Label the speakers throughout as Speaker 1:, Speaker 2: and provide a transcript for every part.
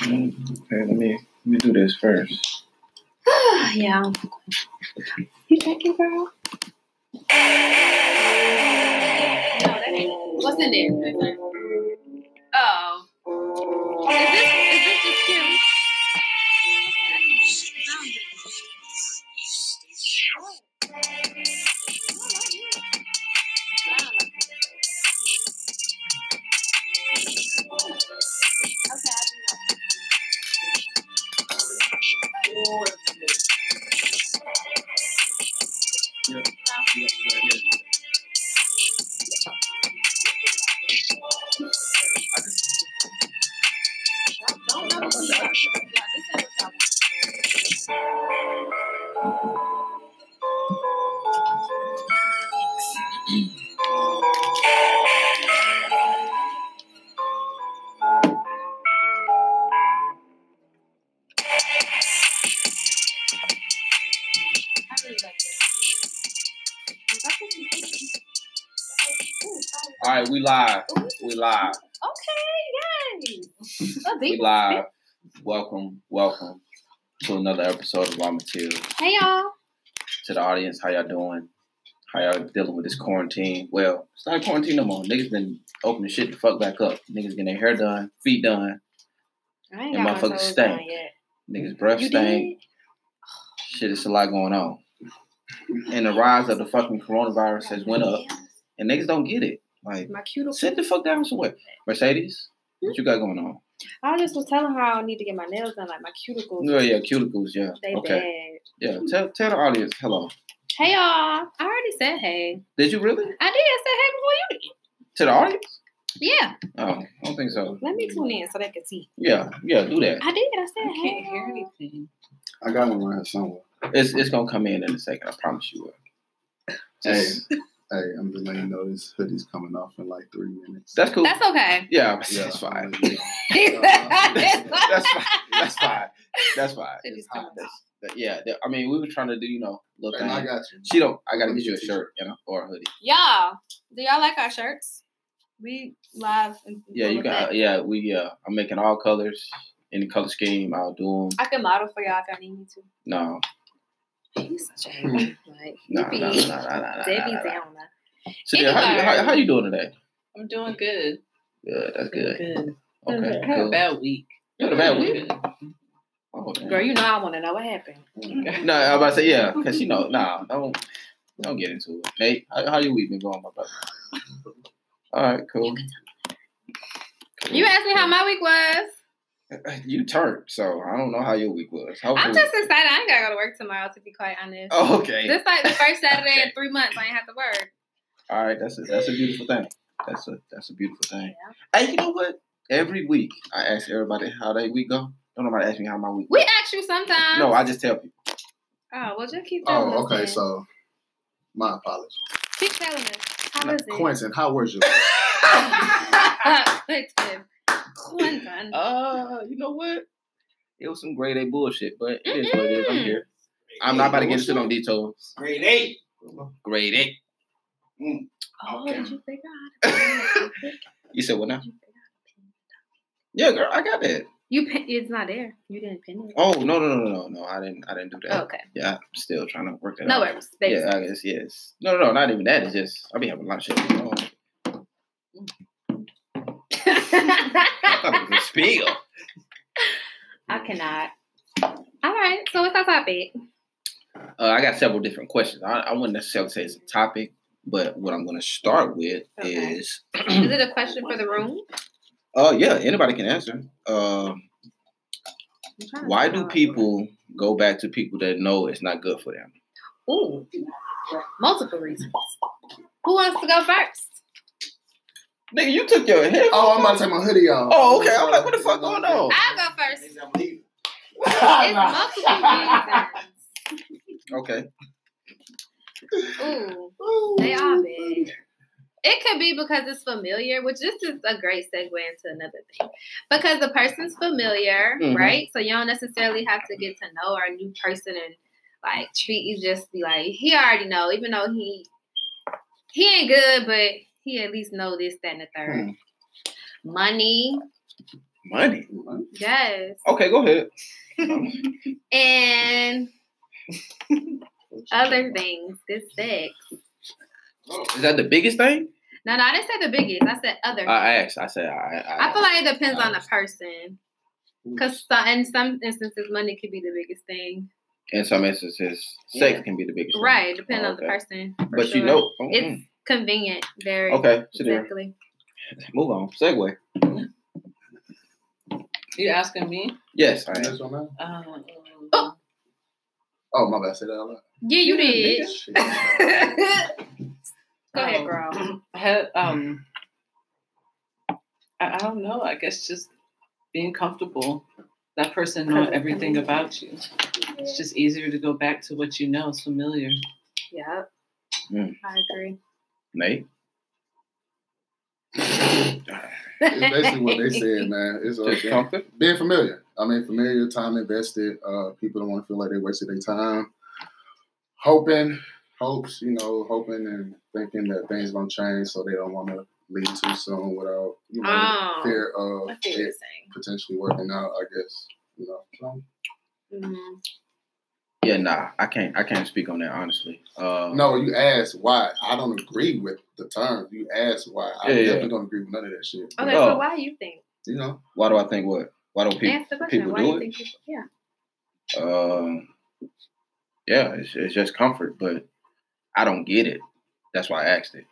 Speaker 1: Okay, let me let me do this first.
Speaker 2: yeah. I'm fucking- You drinking, girl?
Speaker 3: What's in there? Oh. Is this, is this just cute?
Speaker 1: All right, we live. We live.
Speaker 3: Okay, nice. Oh,
Speaker 1: We
Speaker 3: deep.
Speaker 1: live. Welcome, welcome to another episode of Raw Materials.
Speaker 3: Hey y'all.
Speaker 1: To the audience, how y'all doing? How y'all dealing with this quarantine? Well, it's not quarantine no more. Niggas been opening shit the fuck back up. Niggas getting their hair done, feet done,
Speaker 3: I ain't
Speaker 1: Them
Speaker 3: got my
Speaker 1: motherfuckers
Speaker 3: toes
Speaker 1: stink.
Speaker 3: done yet.
Speaker 1: niggas breath
Speaker 3: You
Speaker 1: stank.
Speaker 3: did?
Speaker 1: Shit, it's a lot going on. And the rise of the fucking coronavirus has went up, and niggas don't get it. Like,
Speaker 3: My cuticle.
Speaker 1: sit the fuck down somewhere. Mercedes, what you got going on?
Speaker 3: I just was telling her I need to get my nails done, like my cuticles.
Speaker 1: Yeah, Oh, yeah, cuticles, yeah.
Speaker 3: They
Speaker 1: Okay, yeah. Tell tell the audience, hello.
Speaker 3: bad. Hey y'all. I already said hey.
Speaker 1: Did you really?
Speaker 3: I did. I said hey before
Speaker 1: To the audience?
Speaker 3: you did. Yeah.
Speaker 1: Oh, I don't think so.
Speaker 3: Let me tune in so they can see.
Speaker 1: Yeah, yeah, do that.
Speaker 3: I did. I said
Speaker 2: I
Speaker 3: hey.
Speaker 2: can't hear anything.
Speaker 4: I got one right here somewhere.
Speaker 1: It's it's gonna come in in a second. I promise you will. Just-
Speaker 4: Hey, I'm just letting you know this hoodie's coming off in like three minutes.
Speaker 1: that's cool.
Speaker 3: That's okay.
Speaker 1: yeah,
Speaker 4: Yeah,
Speaker 1: that's fine.
Speaker 4: I'm letting you know.
Speaker 1: That's fine. That's fine. That's fine.
Speaker 3: It is
Speaker 4: hot.
Speaker 3: coming
Speaker 1: That's- that- yeah, that- I mean, we were trying to do you know little
Speaker 4: And I
Speaker 1: thing.
Speaker 4: got you.
Speaker 1: She don't. I gotta get you a shirt, you know, or a hoodie.
Speaker 3: Y'all, do y'all like our shirts? We live. And
Speaker 1: Yeah, you got. Yeah, we. Yeah, I'm making all colors in the color scheme. I'll do them.
Speaker 3: I can model for y'all if I need me to.
Speaker 1: No,
Speaker 3: You such a like.
Speaker 1: no,
Speaker 3: you be-
Speaker 1: no, no, no, no, no,
Speaker 3: they be
Speaker 1: no, no.
Speaker 3: down. there.
Speaker 1: So, yeah, how, you- how, how you doing today?
Speaker 2: I'm doing good.
Speaker 1: Good. That's good.
Speaker 2: Good.
Speaker 1: Okay.
Speaker 2: I had a
Speaker 1: Cool.
Speaker 2: bad week.
Speaker 1: You had a bad week?
Speaker 2: Good.
Speaker 1: Oh, damn.
Speaker 3: Girl, you know I want to know what happened.
Speaker 1: No, I'm about to say yeah, cause you know, nah, don't don't get into it. Nate, how, how you week been going, my brother? All right, cool.
Speaker 3: You asked me how my week was.
Speaker 1: You turned, so I don't know how your week was. Hopefully,
Speaker 3: I'm just excited. I ain't gotta go to work tomorrow. To be quite honest,
Speaker 1: oh, okay.
Speaker 3: this like the first Saturday
Speaker 1: Okay.
Speaker 3: in three months I ain't have to work.
Speaker 1: All right, that's a that's a beautiful thing. That's a that's a beautiful thing.
Speaker 3: Yeah.
Speaker 1: Hey, you know what? Every week I ask everybody how they week go. Don't nobody ask me how my week.
Speaker 3: We
Speaker 1: Went.
Speaker 3: ask you sometimes.
Speaker 1: No, I just tell people.
Speaker 3: Oh well, just keep telling
Speaker 4: Oh,
Speaker 3: us.
Speaker 4: okay.
Speaker 3: then.
Speaker 4: So, my apologies.
Speaker 3: keep telling us. How
Speaker 4: Now,
Speaker 3: was it?
Speaker 4: Quentin, how was your? week?
Speaker 3: Quentin. Quentin.
Speaker 1: Uh, you know what? It was some grade A bullshit, but it is what it is. I'm here. I'm not about to get into no details.
Speaker 5: Grade eight.
Speaker 1: Grade A.
Speaker 3: Oh,
Speaker 5: okay.
Speaker 3: did you figure out? how to pay?
Speaker 1: You said what now?
Speaker 3: Did you figure out how to pay?
Speaker 1: Yeah, girl, I got that.
Speaker 3: You pin, it's not there. You didn't pin it.
Speaker 1: Oh no no no no no! I didn't I didn't do that.
Speaker 3: okay.
Speaker 1: Yeah, I'm still trying to work that
Speaker 3: Oh. No
Speaker 1: out.
Speaker 3: worries. Baby.
Speaker 1: Yeah, I guess yes. No no no, not even that. It's just I be having a lot of shit. going on. I thought it was a spiel.
Speaker 3: I cannot. All right. So what's our topic?
Speaker 1: Uh, I got several different questions. I, I wouldn't necessarily say it's a topic, but what I'm going to start with
Speaker 3: Okay.
Speaker 1: is
Speaker 3: Is it a question for the room?
Speaker 1: oh yeah, anybody can answer. Um,
Speaker 3: I'm trying to
Speaker 1: why
Speaker 3: figure
Speaker 1: do
Speaker 3: out.
Speaker 1: people go back to people that know it's not good for them?
Speaker 3: Ooh, multiple reasons. Who wants to go first?
Speaker 1: Nigga, you took your head.
Speaker 4: Oh, I'm about to take my hoodie off.
Speaker 1: Oh, okay. I'm like, what the fuck going on?
Speaker 3: I'll go first.
Speaker 5: Niggas, I'm leaving.
Speaker 3: It's multiple
Speaker 1: Okay.
Speaker 3: reasons. Ooh. They are big. It could be because it's familiar, which this is a great segue into another thing. Because the person's familiar,
Speaker 1: Mhm.
Speaker 3: right? So you don't necessarily have to get to know our new person and like treat you just be like, he already know, even though he he ain't good, but he at least know this, that, and the third. Money,
Speaker 1: Money.
Speaker 4: What?
Speaker 3: Yes.
Speaker 1: Okay, go ahead.
Speaker 3: And other things, this sex.
Speaker 1: Is that the biggest thing?
Speaker 3: No, no, I didn't say the biggest. I said other.
Speaker 1: I asked. I said I. I,
Speaker 3: I feel like it depends on the person. Because in some instances, money could be the biggest thing.
Speaker 1: in some instances, sex
Speaker 3: Yeah.
Speaker 1: can be the biggest. thing.
Speaker 3: Right, depending on the
Speaker 1: Okay.
Speaker 3: person. for
Speaker 1: But you
Speaker 3: sure.
Speaker 1: know,
Speaker 3: It's- Convenient, very.
Speaker 1: okay. So there,
Speaker 3: Exactly.
Speaker 1: move on. Segue.
Speaker 5: You asking me?
Speaker 1: Yes. I am.
Speaker 4: That's what I'm at?
Speaker 5: Uh,
Speaker 3: Oh.
Speaker 4: Oh, my bad. I said that out loud.
Speaker 3: Yeah, you did.
Speaker 4: Shit.
Speaker 3: Go ahead, girl.
Speaker 5: um, I had um, I, I don't know. I guess just being comfortable. That person knowing everything about you. It's just easier to go back to what you know. It's familiar.
Speaker 3: Yep.
Speaker 1: Mm.
Speaker 3: I agree.
Speaker 1: Nate.
Speaker 4: It's basically what they said, man. It's
Speaker 1: Just
Speaker 4: okay.
Speaker 1: comfort.
Speaker 4: Being familiar. I mean, familiar, time invested. Uh, people don't want to feel like they wasted their time. Hoping, hopes, you know, hoping and thinking that things going to change so they don't want to leave too soon without, you know,
Speaker 3: Oh,
Speaker 4: fear of
Speaker 3: I see what you're
Speaker 4: it
Speaker 3: saying.
Speaker 4: potentially working out, I guess. You know, So,
Speaker 3: Mhm.
Speaker 1: Yeah, nah. I can't. I can't speak on that honestly. Uh,
Speaker 4: No, you asked why. I don't agree with the term. You asked why. I
Speaker 1: Yeah, yeah.
Speaker 4: definitely don't agree with none of that shit.
Speaker 3: Okay,
Speaker 1: No.
Speaker 3: so why do you think?
Speaker 4: You know,
Speaker 1: Why do I think what? Why don't people?
Speaker 3: Ask the question.
Speaker 1: people
Speaker 3: Why
Speaker 1: do
Speaker 3: do you
Speaker 1: it?
Speaker 3: think people? Yeah.
Speaker 1: Um, yeah, it's, it's just comfort, but I don't get it. That's why I asked it.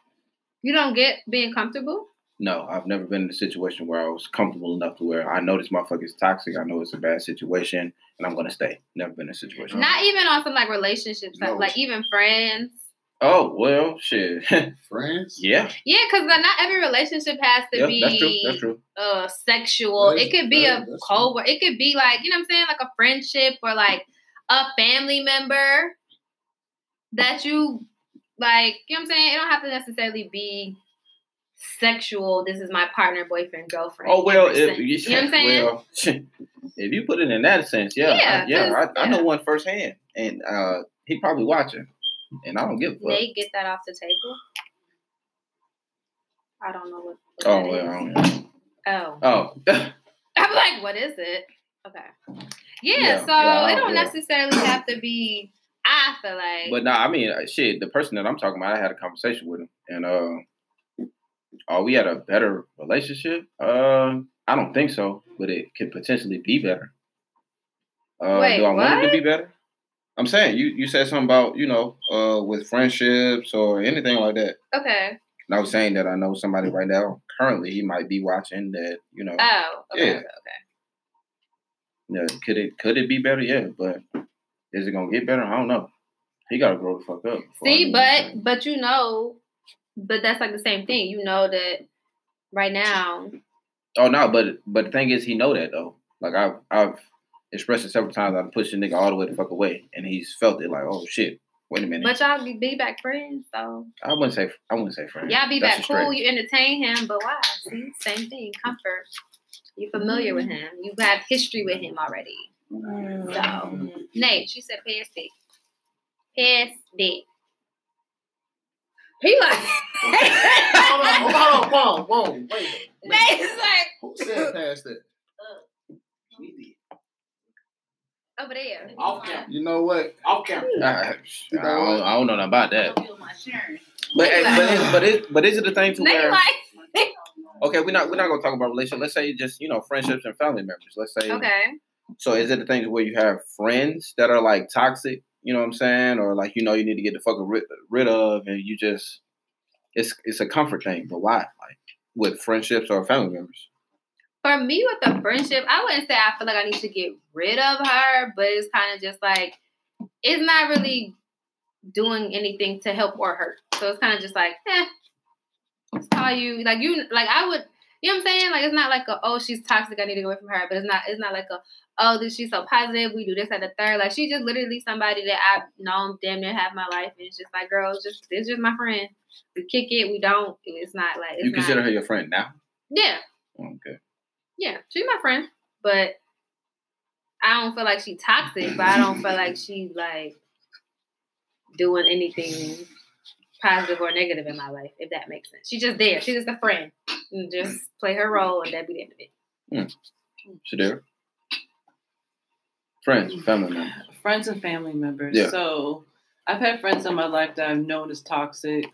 Speaker 3: You don't get being comfortable?
Speaker 1: No, I've never been in a situation where I was comfortable enough to where I know this motherfucker is toxic. I know it's a bad situation, and I'm gonna stay. Never been in a situation.
Speaker 3: Not even on some like relationships,
Speaker 4: No.
Speaker 3: like even friends.
Speaker 1: Oh well, shit.
Speaker 4: friends.
Speaker 1: yeah,
Speaker 3: Yeah, because not every relationship has to
Speaker 1: yeah,
Speaker 3: be
Speaker 1: that's true. That's true.
Speaker 3: uh sexual.
Speaker 4: That's-
Speaker 3: it could be
Speaker 4: that-
Speaker 3: a
Speaker 4: that's
Speaker 3: co work it could be like, you know what I'm saying, like a friendship or like a family member that you like, you know what I'm saying? It don't have to necessarily be sexual. This is my partner, boyfriend, girlfriend.
Speaker 1: Oh well, if,
Speaker 3: 100%. you know what I'm saying?
Speaker 1: well, if you put it in that sense, yeah,
Speaker 3: Yeah,
Speaker 1: I, yeah,
Speaker 3: 'cause-
Speaker 1: I, I know
Speaker 3: yeah.
Speaker 1: one firsthand, and uh, he probably watching, and I don't give a fuck.
Speaker 3: Nate, get that off the table. I don't know what. what
Speaker 1: Oh
Speaker 3: that
Speaker 1: well,
Speaker 3: is.
Speaker 1: I don't
Speaker 3: Oh.
Speaker 1: oh,
Speaker 3: I'm like, what is it? Okay. Yeah,
Speaker 1: Yeah,
Speaker 3: so
Speaker 1: yeah, I
Speaker 3: it
Speaker 1: don't-
Speaker 3: don't
Speaker 1: yeah.
Speaker 3: necessarily have to be. I feel like.
Speaker 1: but no, I mean, uh, shit. The person that I'm talking about, I had a conversation with him, and uh, are we at a better relationship? Uh, I don't think so, but it could potentially be better. Uh,
Speaker 3: Wait,
Speaker 1: do I want it to
Speaker 3: what?
Speaker 1: be better? I'm saying you. You said something about you know, uh, with friendships or anything like that.
Speaker 3: okay.
Speaker 1: And I was saying that I know somebody right now, currently, he might be watching that, you know,
Speaker 3: Oh. Okay.
Speaker 1: Yeah.
Speaker 3: okay, okay.
Speaker 1: yeah, could it could it be better? Yeah, but is it gonna get better? I don't know. He gotta grow the fuck up. before I
Speaker 3: See,
Speaker 1: do
Speaker 3: but
Speaker 1: anything.
Speaker 3: but you know, but that's like the same thing. You know that right now.
Speaker 1: oh no, but but the thing is, he know that though. Like I've I've expressed it several times. I've pushed the nigga all the way the fuck away, and he's felt it. Like oh shit, wait a minute.
Speaker 3: But y'all be, be back friends though.
Speaker 1: I wouldn't say I wouldn't say friend.
Speaker 3: Y'all be
Speaker 1: That's
Speaker 3: back
Speaker 1: a
Speaker 3: cool.
Speaker 1: stretch.
Speaker 3: You entertain him, but why? See, same thing. Comfort. You familiar with him. You have history with him already. So, Nate, she said pass it. Pass it. He like,
Speaker 4: Hold on, hold on,
Speaker 3: Oh,
Speaker 4: hold on, whoa, whoa, wait. a minute.
Speaker 3: Nate's like,
Speaker 4: Who said past that?
Speaker 3: over there.
Speaker 6: Off camera.
Speaker 4: You know what?
Speaker 6: Off camera.
Speaker 1: I, I don't, I don't know nothing about that. But
Speaker 3: Nigga like-
Speaker 1: but it, but it, but is it the thing to
Speaker 3: Nate
Speaker 1: where?
Speaker 3: like,
Speaker 1: Okay, we're not we're not gonna talk about relationship. Let's say just you know friendships and family members. Let's say.
Speaker 3: okay.
Speaker 1: So is it the thing where you have friends that are like toxic? You know what I'm saying, or like you know you need to get the fuck rid, rid of, and you just it's it's a comfort thing. But why? Like with friendships or family members?
Speaker 3: For me, with the friendship, I wouldn't say I feel like I need to get rid of her, but it's kind of just like, it's not really doing anything to help or hurt. So it's kind of just like, eh, it's how you, like, you, like, I would, you know what I'm saying? Like, it's not like a, oh, she's toxic, I need to go away from her, but it's not, it's not like a, oh, this she's so positive, we do this at the third. Like, she's just literally somebody that I've known damn near half my life, and it's just like, girl, it's just, it's just my friend. We kick it, we don't, it's not like, it's
Speaker 1: you consider
Speaker 3: not,
Speaker 1: her your friend now?
Speaker 3: yeah.
Speaker 1: Okay.
Speaker 3: Yeah, she's my friend, but I don't feel like she toxic, but I don't feel like she like doing anything positive or negative in my life, if that makes sense. She's just there. She's just a friend. And just play her role and that'd be the end of it.
Speaker 1: Shadira? Friends, family members.
Speaker 5: friends and family members.
Speaker 1: Yeah.
Speaker 5: So I've had friends in my life that I've known is toxic,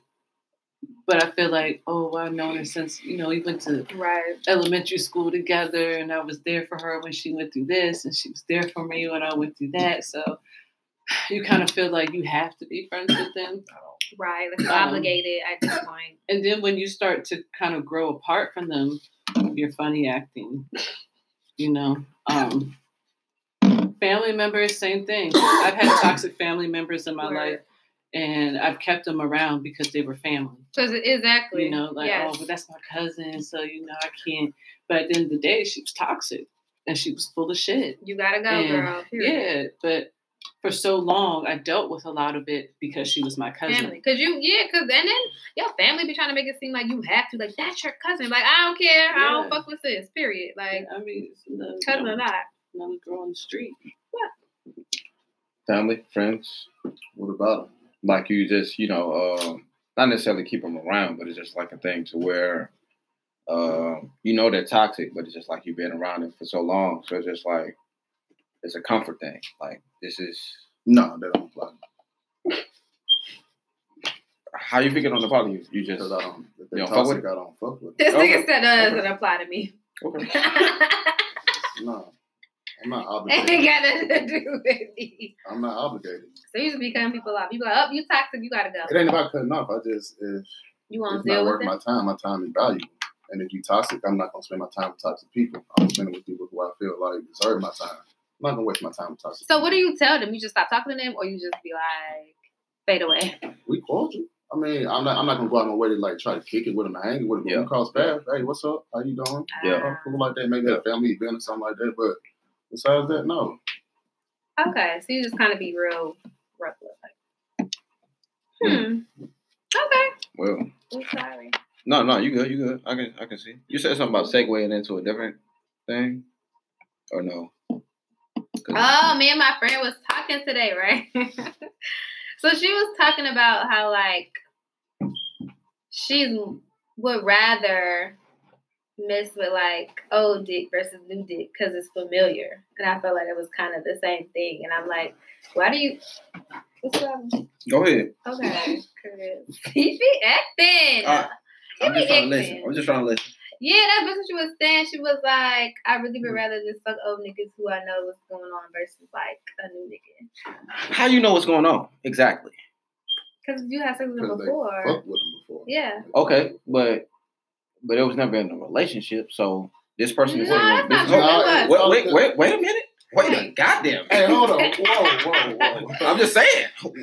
Speaker 5: but I feel like, oh, well, I've known her since, you know, we went to
Speaker 3: Right.
Speaker 5: elementary school together and I was there for her when she went through this and she was there for me when I went through that. So you kind of feel like you have to be friends with them.
Speaker 3: Right. Like
Speaker 5: Um,
Speaker 3: obligated at this point.
Speaker 5: And then when you start to kind of grow apart from them, you're funny acting. You know. Um family members, same thing. I've had toxic family members in my
Speaker 3: Word.
Speaker 5: life and I've kept them around because they were family.
Speaker 3: So it's- exactly.
Speaker 5: You know, like,
Speaker 3: yes.
Speaker 5: oh, but that's my cousin, so you know I can't but at the end of the day she was toxic and she was full of shit.
Speaker 3: you gotta go,
Speaker 5: and-
Speaker 3: girl. Period.
Speaker 5: Yeah, but for so long I dealt with a lot of it because she was my cousin.
Speaker 3: Family, cause you, yeah, cause and then your family be trying to make it seem like you have to, like that's your cousin. Like I don't care, I
Speaker 5: Yeah.
Speaker 3: don't fuck with this. Period. Like
Speaker 5: I mean, it's another,
Speaker 3: cousin or not,
Speaker 5: another girl on the street.
Speaker 1: Family, friends.
Speaker 4: What about them?
Speaker 1: Like you just, you know, uh, not necessarily keep them around, but it's just like a thing to where uh, you know they're toxic, but it's just like you've been around them for so long. So it's just like it's a comfort thing. Like this is
Speaker 4: No, they don't apply
Speaker 1: how you figure on the party. You, you just
Speaker 4: because I don't. If
Speaker 1: You
Speaker 4: they
Speaker 1: don't fuck with
Speaker 4: toxic, I don't fuck with.
Speaker 3: this
Speaker 1: Okay.
Speaker 3: nigga said uh,
Speaker 1: Okay.
Speaker 3: doesn't apply to me.
Speaker 1: okay.
Speaker 4: It. No, I'm not
Speaker 3: Ain't
Speaker 4: obligated.
Speaker 3: got nothing to do with me.
Speaker 4: I'm not obligated.
Speaker 3: So you just be cutting people off. You be like, oh, you toxic, you gotta go.
Speaker 4: It ain't about cutting off. I just if
Speaker 3: You won't
Speaker 4: it's not
Speaker 3: deal
Speaker 4: worth
Speaker 3: with
Speaker 4: my
Speaker 3: it.
Speaker 4: time. My time is valuable. And if you toxic, I'm not gonna spend my time with toxic people. I'm gonna spend it with people who I feel like deserve my time. I'm not gonna waste my time with toxic.
Speaker 3: So what do you tell them? You just stop talking to them, or you just be like fade away.
Speaker 4: We cordial. I mean, I'm not. I'm not gonna go out my way to like try to kick it with them, hang it with them.
Speaker 1: Yeah.
Speaker 4: We cross paths. Hey, what's up? How you doing?
Speaker 1: Yeah.
Speaker 4: Uh, cool like that. Maybe at a family event or something like that. But besides that, no.
Speaker 3: Ah, okay, so you just kind of be real rough with it. Hmm. Okay.
Speaker 1: Well,
Speaker 3: I'm sorry.
Speaker 1: no, no, you good, you good. I can, I can see. You said something about segueing into a different thing, or no? 'Cause-
Speaker 3: Oh, me and my friend was talking today, right? so she was talking about how like she would rather miss with like old dick versus new dick because it's familiar, and I felt like it was kind of the same thing. And I'm like, why do you? What's up?
Speaker 1: Go ahead.
Speaker 3: Okay, Chris. he be acting.
Speaker 1: All right.
Speaker 3: He
Speaker 1: Uh, I'm
Speaker 3: be
Speaker 1: just trying to listen.
Speaker 3: acting.
Speaker 1: I'm just trying to listen.
Speaker 3: Yeah, that's what she was saying. She was like, I really would rather just fuck old niggas who I know what's going on versus like a new nigga.
Speaker 1: How you know what's going on exactly?
Speaker 3: Because you had sex with them
Speaker 4: Because they
Speaker 3: before.
Speaker 4: Fuck with them before.
Speaker 3: Yeah.
Speaker 1: Okay, but but it was never in a relationship, so this person is
Speaker 3: No,
Speaker 1: in
Speaker 3: that's
Speaker 1: this.
Speaker 3: not true.
Speaker 1: Hold-
Speaker 3: That's
Speaker 1: Wait, wait, wait, wait a minute. Wait a
Speaker 3: Right.
Speaker 1: goddamn.
Speaker 4: Hey, hold on. Whoa, whoa, whoa.
Speaker 1: I'm just saying.
Speaker 3: What?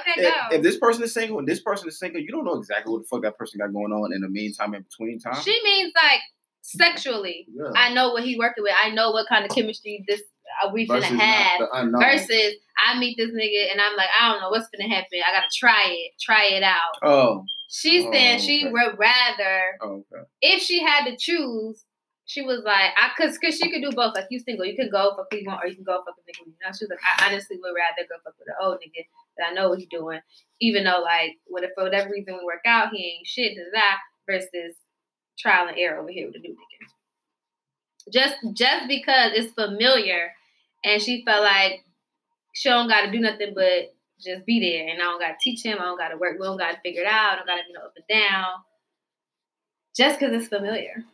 Speaker 3: Okay, go.
Speaker 1: If, if this person is single and this person is single, you don't know exactly what the fuck that person got going on in the meantime, in between time.
Speaker 3: she means like sexually.
Speaker 4: Yeah.
Speaker 3: I know what he working with. I know what kind of chemistry this uh, we finna
Speaker 4: Versus not
Speaker 3: have.
Speaker 4: the unknown.
Speaker 3: Versus I meet this nigga and I'm like, I don't know what's gonna happen. I gotta try it. Try it out.
Speaker 1: Oh,
Speaker 3: She's
Speaker 1: Oh,
Speaker 3: saying she
Speaker 1: okay.
Speaker 3: would rather
Speaker 1: oh, okay.
Speaker 3: if she had to choose, she was like, I cause, cause she could do both. Like you single, you can go fuck who you want, or you can go fuck a nigga. You know, she was like, I honestly would rather go fuck with an old nigga that I know what he's doing, even though like what if for whatever reason we work out, he ain't shit to that versus trial and error over here with a new nigga. Just just because it's familiar and she felt like she don't gotta do nothing but just be there and I don't gotta teach him, I don't gotta work, we don't gotta figure it out, I don't gotta be no up and down just because it's familiar.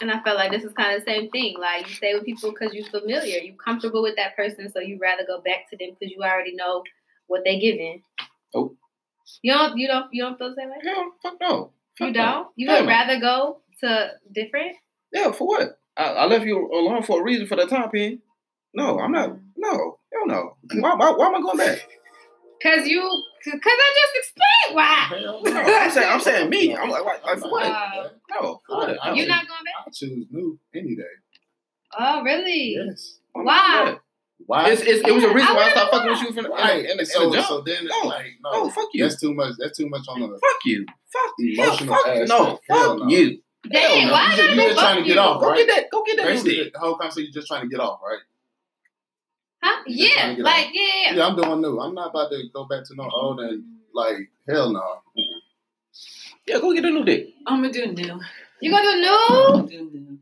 Speaker 3: And I felt like this is kind of the same thing. Like you stay with people because you're familiar, you're comfortable with that person, so you rather go back to them because you already know what they giving.
Speaker 1: Oh.
Speaker 3: You don't. You don't. You don't feel the same way.
Speaker 1: Hell, fuck no. Fuck
Speaker 3: You
Speaker 1: no.
Speaker 3: don't. You
Speaker 1: Hell
Speaker 3: would
Speaker 1: no.
Speaker 3: rather go to different.
Speaker 1: Yeah, for what? I, I left you alone for a reason for the time being. No, I'm not. No, hell no. Why, why, why am I going back?
Speaker 3: Cause you. Cause I just explained why.
Speaker 4: Hell
Speaker 1: No,
Speaker 4: no.
Speaker 1: I'm saying, I'm saying me. I'm like, like, like for what?
Speaker 3: Uh,
Speaker 1: No, for what?
Speaker 4: I- I-
Speaker 3: you're not going back.
Speaker 4: I choose new any day.
Speaker 3: Oh really?
Speaker 4: Yes.
Speaker 1: Why am I
Speaker 3: Why?
Speaker 1: going back?
Speaker 4: Why?
Speaker 1: It's, it's, it was a reason why I stopped fucking with you from the,
Speaker 4: right.
Speaker 1: and, and, and
Speaker 4: so,
Speaker 1: the jump.
Speaker 4: so then it's
Speaker 1: No.
Speaker 4: like, no,
Speaker 1: oh, fuck you.
Speaker 4: that's too much. That's too much on the.
Speaker 1: fuck you. Fuck you. Hell,
Speaker 4: Emotional
Speaker 1: fuck
Speaker 4: aspect.
Speaker 1: No,
Speaker 4: Hell
Speaker 1: fuck
Speaker 4: no.
Speaker 1: you. Hell
Speaker 3: Dang,
Speaker 1: no.
Speaker 3: why
Speaker 4: You
Speaker 3: did
Speaker 4: just-
Speaker 3: I
Speaker 4: you just
Speaker 3: fuck
Speaker 4: trying to get
Speaker 3: you?
Speaker 4: off,
Speaker 1: Go
Speaker 4: right?
Speaker 1: get that. Go get that new
Speaker 4: Basically,
Speaker 1: dick.
Speaker 4: the whole conversation, you're just trying to get off, right?
Speaker 3: Huh?
Speaker 4: You just
Speaker 3: Yeah,
Speaker 4: trying to get
Speaker 3: like yeah.
Speaker 4: Yeah, I'm doing new. I'm not about to go back to no old and like hell no.
Speaker 1: Yeah, go get a new dick.
Speaker 5: I'm gonna do new.
Speaker 3: You gonna do new?
Speaker 5: I'm gonna do new.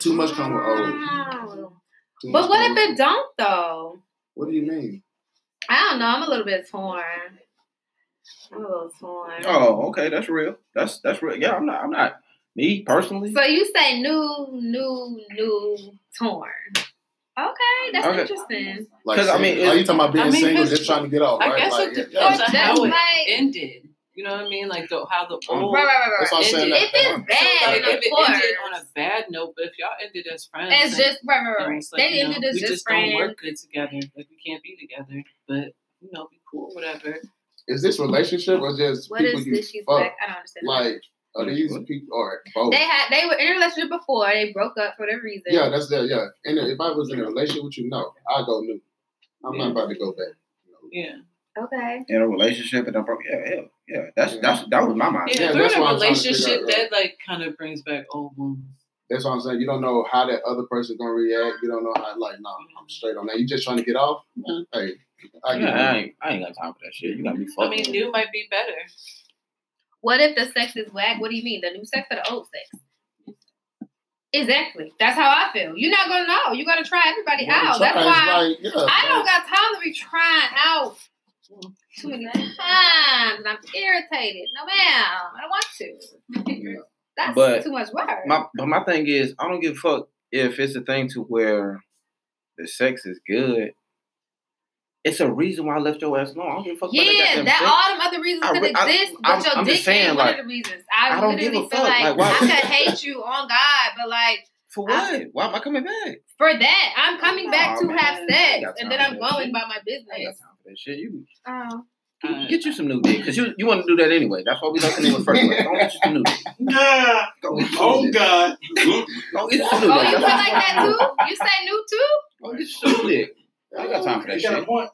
Speaker 4: Too much come with old.
Speaker 3: Wow.
Speaker 4: Too much
Speaker 3: But what
Speaker 4: come
Speaker 3: if
Speaker 4: with-
Speaker 3: it don't though?
Speaker 4: What do you mean?
Speaker 3: I don't know. I'm a little bit torn. I'm a little torn.
Speaker 1: Oh, okay, that's real. That's that's real. Yeah, I'm not. I'm not. Me personally.
Speaker 3: So you say new, new, new torn. Okay, that's
Speaker 1: Okay.
Speaker 3: interesting.
Speaker 4: Like,
Speaker 1: 'Cause, I mean,
Speaker 4: single- are
Speaker 1: it-
Speaker 4: you talking about being
Speaker 5: I mean,
Speaker 4: single,
Speaker 5: 'cause-
Speaker 4: just trying to get off?
Speaker 5: I
Speaker 4: right?
Speaker 5: guess
Speaker 4: like,
Speaker 5: it
Speaker 4: yeah,
Speaker 5: depends
Speaker 4: yeah.
Speaker 5: on how
Speaker 3: That's
Speaker 5: it
Speaker 3: like-
Speaker 5: ended. You know what I mean? Like the, how the
Speaker 1: Um,
Speaker 5: old.
Speaker 3: Right, right, right,
Speaker 4: That's
Speaker 3: right.
Speaker 4: what I'm saying. That-
Speaker 5: Ended.
Speaker 3: If it's
Speaker 5: So,
Speaker 3: bad,
Speaker 5: like,
Speaker 3: then
Speaker 5: if
Speaker 3: of
Speaker 5: it
Speaker 3: course.
Speaker 5: ended on a bad note, but if y'all ended as friends,
Speaker 3: It's
Speaker 5: then-
Speaker 3: just right, right,
Speaker 5: then
Speaker 3: right.
Speaker 5: it's like,
Speaker 3: they
Speaker 5: you know,
Speaker 3: ended as
Speaker 5: we
Speaker 3: just
Speaker 5: just
Speaker 3: friends.
Speaker 5: don't work good together. Like we can't be together, but you know, be cool, whatever.
Speaker 4: Is this relationship or just
Speaker 3: What
Speaker 4: people
Speaker 3: is
Speaker 4: you
Speaker 3: this? You
Speaker 4: fuck?
Speaker 3: black? I don't understand.
Speaker 4: Like, oh. are these people or both?
Speaker 3: they had they were in a relationship before. They broke up for whatever reason.
Speaker 4: yeah, that's that. Yeah, and if I was in a relationship with you, no, I go new. I'm not about to go back.
Speaker 5: Yeah.
Speaker 3: Okay.
Speaker 1: in a relationship and I'm probably yeah, hell, yeah. That's
Speaker 4: Yeah.
Speaker 1: that's that was my mind.
Speaker 5: Yeah,
Speaker 4: Yeah,
Speaker 5: if we're
Speaker 4: that's
Speaker 5: in
Speaker 4: what
Speaker 5: a
Speaker 4: I'm trying to
Speaker 5: relationship
Speaker 4: figure out, right.
Speaker 5: that like kind of brings back old wounds.
Speaker 4: That's what I'm saying. You don't know how that other person gonna react. You don't know how. Like, no, I'm straight on that. You just trying to get off.
Speaker 3: Mm-hmm.
Speaker 5: Mhm.
Speaker 4: Hey, I
Speaker 1: I,
Speaker 4: get
Speaker 1: I
Speaker 4: it.
Speaker 1: ain't I ain't got time for that shit. You got me
Speaker 5: I
Speaker 1: fucked.
Speaker 5: mean, new might be better.
Speaker 3: What if the sex is whack? What do you mean? The new sex or the old sex? Exactly. That's how I feel. You're not gonna know. You gotta try everybody out. That's
Speaker 4: Sometimes,
Speaker 3: why
Speaker 4: like, yeah,
Speaker 3: I
Speaker 4: like-
Speaker 3: don't got time to be trying out too many times, and I'm irritated. No, ma'am, I don't want to. That's
Speaker 1: But
Speaker 3: too much work.
Speaker 1: my but my thing is I don't give a fuck if it's a thing to where the sex is good. It's a reason why I left your ass alone. I don't give a fuck about
Speaker 3: yeah,
Speaker 1: goddamn
Speaker 3: that
Speaker 1: sex.
Speaker 3: all them other reasons
Speaker 1: I
Speaker 3: could
Speaker 1: re- I-
Speaker 3: exist, but
Speaker 1: I'm-
Speaker 3: your
Speaker 1: I'm just
Speaker 3: dick
Speaker 1: saying,
Speaker 3: ain't
Speaker 1: like,
Speaker 3: one of the reasons. I,
Speaker 1: I don't give
Speaker 3: literally
Speaker 1: a
Speaker 3: feel
Speaker 1: fuck,
Speaker 3: like,
Speaker 1: like, why-
Speaker 3: I could hate you on God, but like
Speaker 1: For what? Why am I coming back?
Speaker 3: for that, I'm coming back
Speaker 1: Aw,
Speaker 3: to
Speaker 1: man,
Speaker 3: have
Speaker 1: I ain't
Speaker 3: sex,
Speaker 1: got
Speaker 3: and then
Speaker 1: time
Speaker 3: I'm
Speaker 1: for that
Speaker 3: going
Speaker 1: shit.
Speaker 3: by my
Speaker 1: I ain't got
Speaker 3: business.
Speaker 1: time for that shit. You
Speaker 3: Oh,
Speaker 5: Uh,
Speaker 1: get you some new dick because you you want to do that anyway. That's why we left in the first place. Don't get you some new dick.
Speaker 6: Yeah.
Speaker 1: Go get you some
Speaker 6: Oh
Speaker 1: new dick.
Speaker 6: God.
Speaker 1: Go get you some
Speaker 3: oh,
Speaker 1: new
Speaker 3: you
Speaker 1: dick.
Speaker 3: feel like
Speaker 1: That's why-
Speaker 3: that too? You say new too?
Speaker 1: Go get you some new dick. I ain't got time for that
Speaker 6: You got a
Speaker 1: shit.
Speaker 6: point.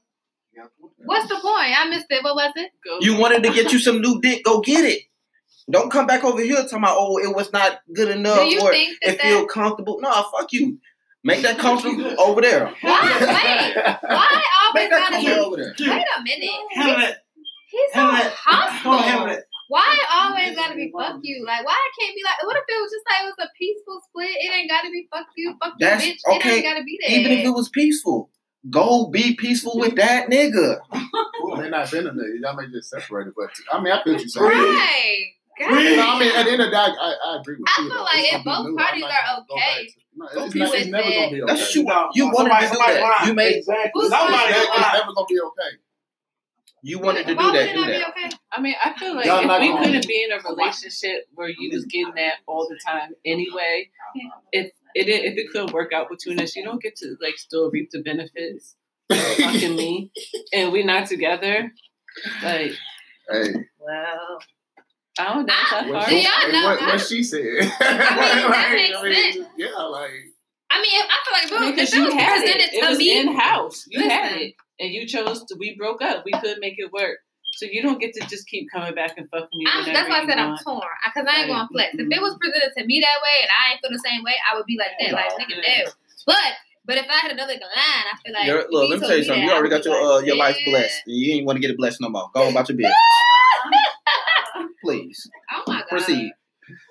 Speaker 6: You got a point.
Speaker 3: What's the point? I missed it. What was it?
Speaker 5: go-
Speaker 1: You wanted to get you some new dick, go get it. Don't come back over here talking about oh it was not good enough
Speaker 3: Do you
Speaker 1: or
Speaker 3: think that
Speaker 1: it
Speaker 3: that?
Speaker 1: feel comfortable. No, fuck you. Make that comfortable over there.
Speaker 3: Why? Wait. Why always
Speaker 1: Make
Speaker 3: gotta
Speaker 1: that comfortable
Speaker 3: be?
Speaker 1: over there.
Speaker 3: Wait a minute.
Speaker 6: Hamlet.
Speaker 3: He's so
Speaker 6: Hamlet. Go on,
Speaker 3: hostile.
Speaker 6: Hamlet.
Speaker 3: Why it always gotta be fuck you? Like why it can't be like what if it was just like it was a peaceful split? It ain't gotta be fuck you, fuck you,
Speaker 1: That's-
Speaker 3: bitch. It
Speaker 1: okay,
Speaker 3: ain't gotta be that.
Speaker 1: Even if it was peaceful. Go be peaceful with that nigga.
Speaker 4: Well, They not been in there. Y'all may just separated, but I mean, I feel what you're saying.
Speaker 3: right. God.
Speaker 6: Really?
Speaker 4: No, I mean, at the end of the day, I, I agree with
Speaker 3: I
Speaker 4: you.
Speaker 3: feel
Speaker 4: though.
Speaker 3: like
Speaker 4: It's gonna
Speaker 3: if
Speaker 4: be
Speaker 3: both
Speaker 4: new. I
Speaker 3: parties
Speaker 4: might
Speaker 3: are
Speaker 4: go back
Speaker 3: okay
Speaker 4: to- No,
Speaker 1: Don't
Speaker 4: it's,
Speaker 1: be
Speaker 4: not,
Speaker 3: with
Speaker 4: it's never gonna be okay.
Speaker 1: That's you.
Speaker 6: No,
Speaker 1: You
Speaker 6: no,
Speaker 1: wanted
Speaker 6: somebody-
Speaker 1: to do
Speaker 6: somebody
Speaker 1: that.
Speaker 6: lying.
Speaker 1: You made
Speaker 6: exactly.
Speaker 3: Who's
Speaker 6: Somebody
Speaker 3: lying?
Speaker 4: It's
Speaker 6: lying.
Speaker 4: never gonna be okay.
Speaker 1: you wanted to do
Speaker 3: Why
Speaker 1: that.
Speaker 3: wouldn't
Speaker 1: Do
Speaker 3: I be
Speaker 1: that.
Speaker 3: okay?
Speaker 5: I mean, I feel like
Speaker 4: Y'all
Speaker 5: if
Speaker 4: not
Speaker 5: we
Speaker 4: gonna-
Speaker 5: couldn't be in a relationship where you was getting that all the time anyway, if it didn't- if it couldn't work out between us, you don't get to like still reap the benefits. of Fucking me, and we're not together. Like
Speaker 4: Hey,
Speaker 3: Well,
Speaker 5: I don't know. It's not
Speaker 4: what,
Speaker 5: hard.
Speaker 3: Do
Speaker 4: she,
Speaker 3: y'all
Speaker 4: and
Speaker 3: know-
Speaker 4: what, what she said.
Speaker 3: that
Speaker 4: Like,
Speaker 3: makes
Speaker 4: I mean,
Speaker 3: sense.
Speaker 4: Yeah, like
Speaker 3: I mean, if, I feel like if it was,
Speaker 5: because
Speaker 3: if it
Speaker 5: you
Speaker 3: was
Speaker 5: had
Speaker 3: presented
Speaker 5: it. It
Speaker 3: to
Speaker 5: was
Speaker 3: me,
Speaker 5: in house. You had
Speaker 3: Listen.
Speaker 5: it, and you chose to. We broke up. We couldn't make it work. So you don't get to just keep coming back and fucking me.
Speaker 3: I'm, that's
Speaker 5: whenever
Speaker 3: why I
Speaker 5: you
Speaker 3: said I'm
Speaker 5: want.
Speaker 3: torn because I ain't
Speaker 5: Right.
Speaker 3: going to flex. If it
Speaker 1: mm-hmm.
Speaker 3: was presented to me that way and I ain't feel the same way, I would be like that, like nigga, no. But but if I had another line, I feel like
Speaker 1: You're-
Speaker 3: if
Speaker 1: look,
Speaker 3: he
Speaker 1: let me
Speaker 3: told
Speaker 1: tell you
Speaker 3: me
Speaker 1: something.
Speaker 3: that,
Speaker 1: You already
Speaker 3: I would
Speaker 1: got your
Speaker 3: be
Speaker 1: uh,
Speaker 3: like,
Speaker 1: your life
Speaker 3: "Yeah."
Speaker 1: blessed. You ain't want to get it blessed no more. Go about your business, please.
Speaker 3: Oh my god.
Speaker 1: Proceed.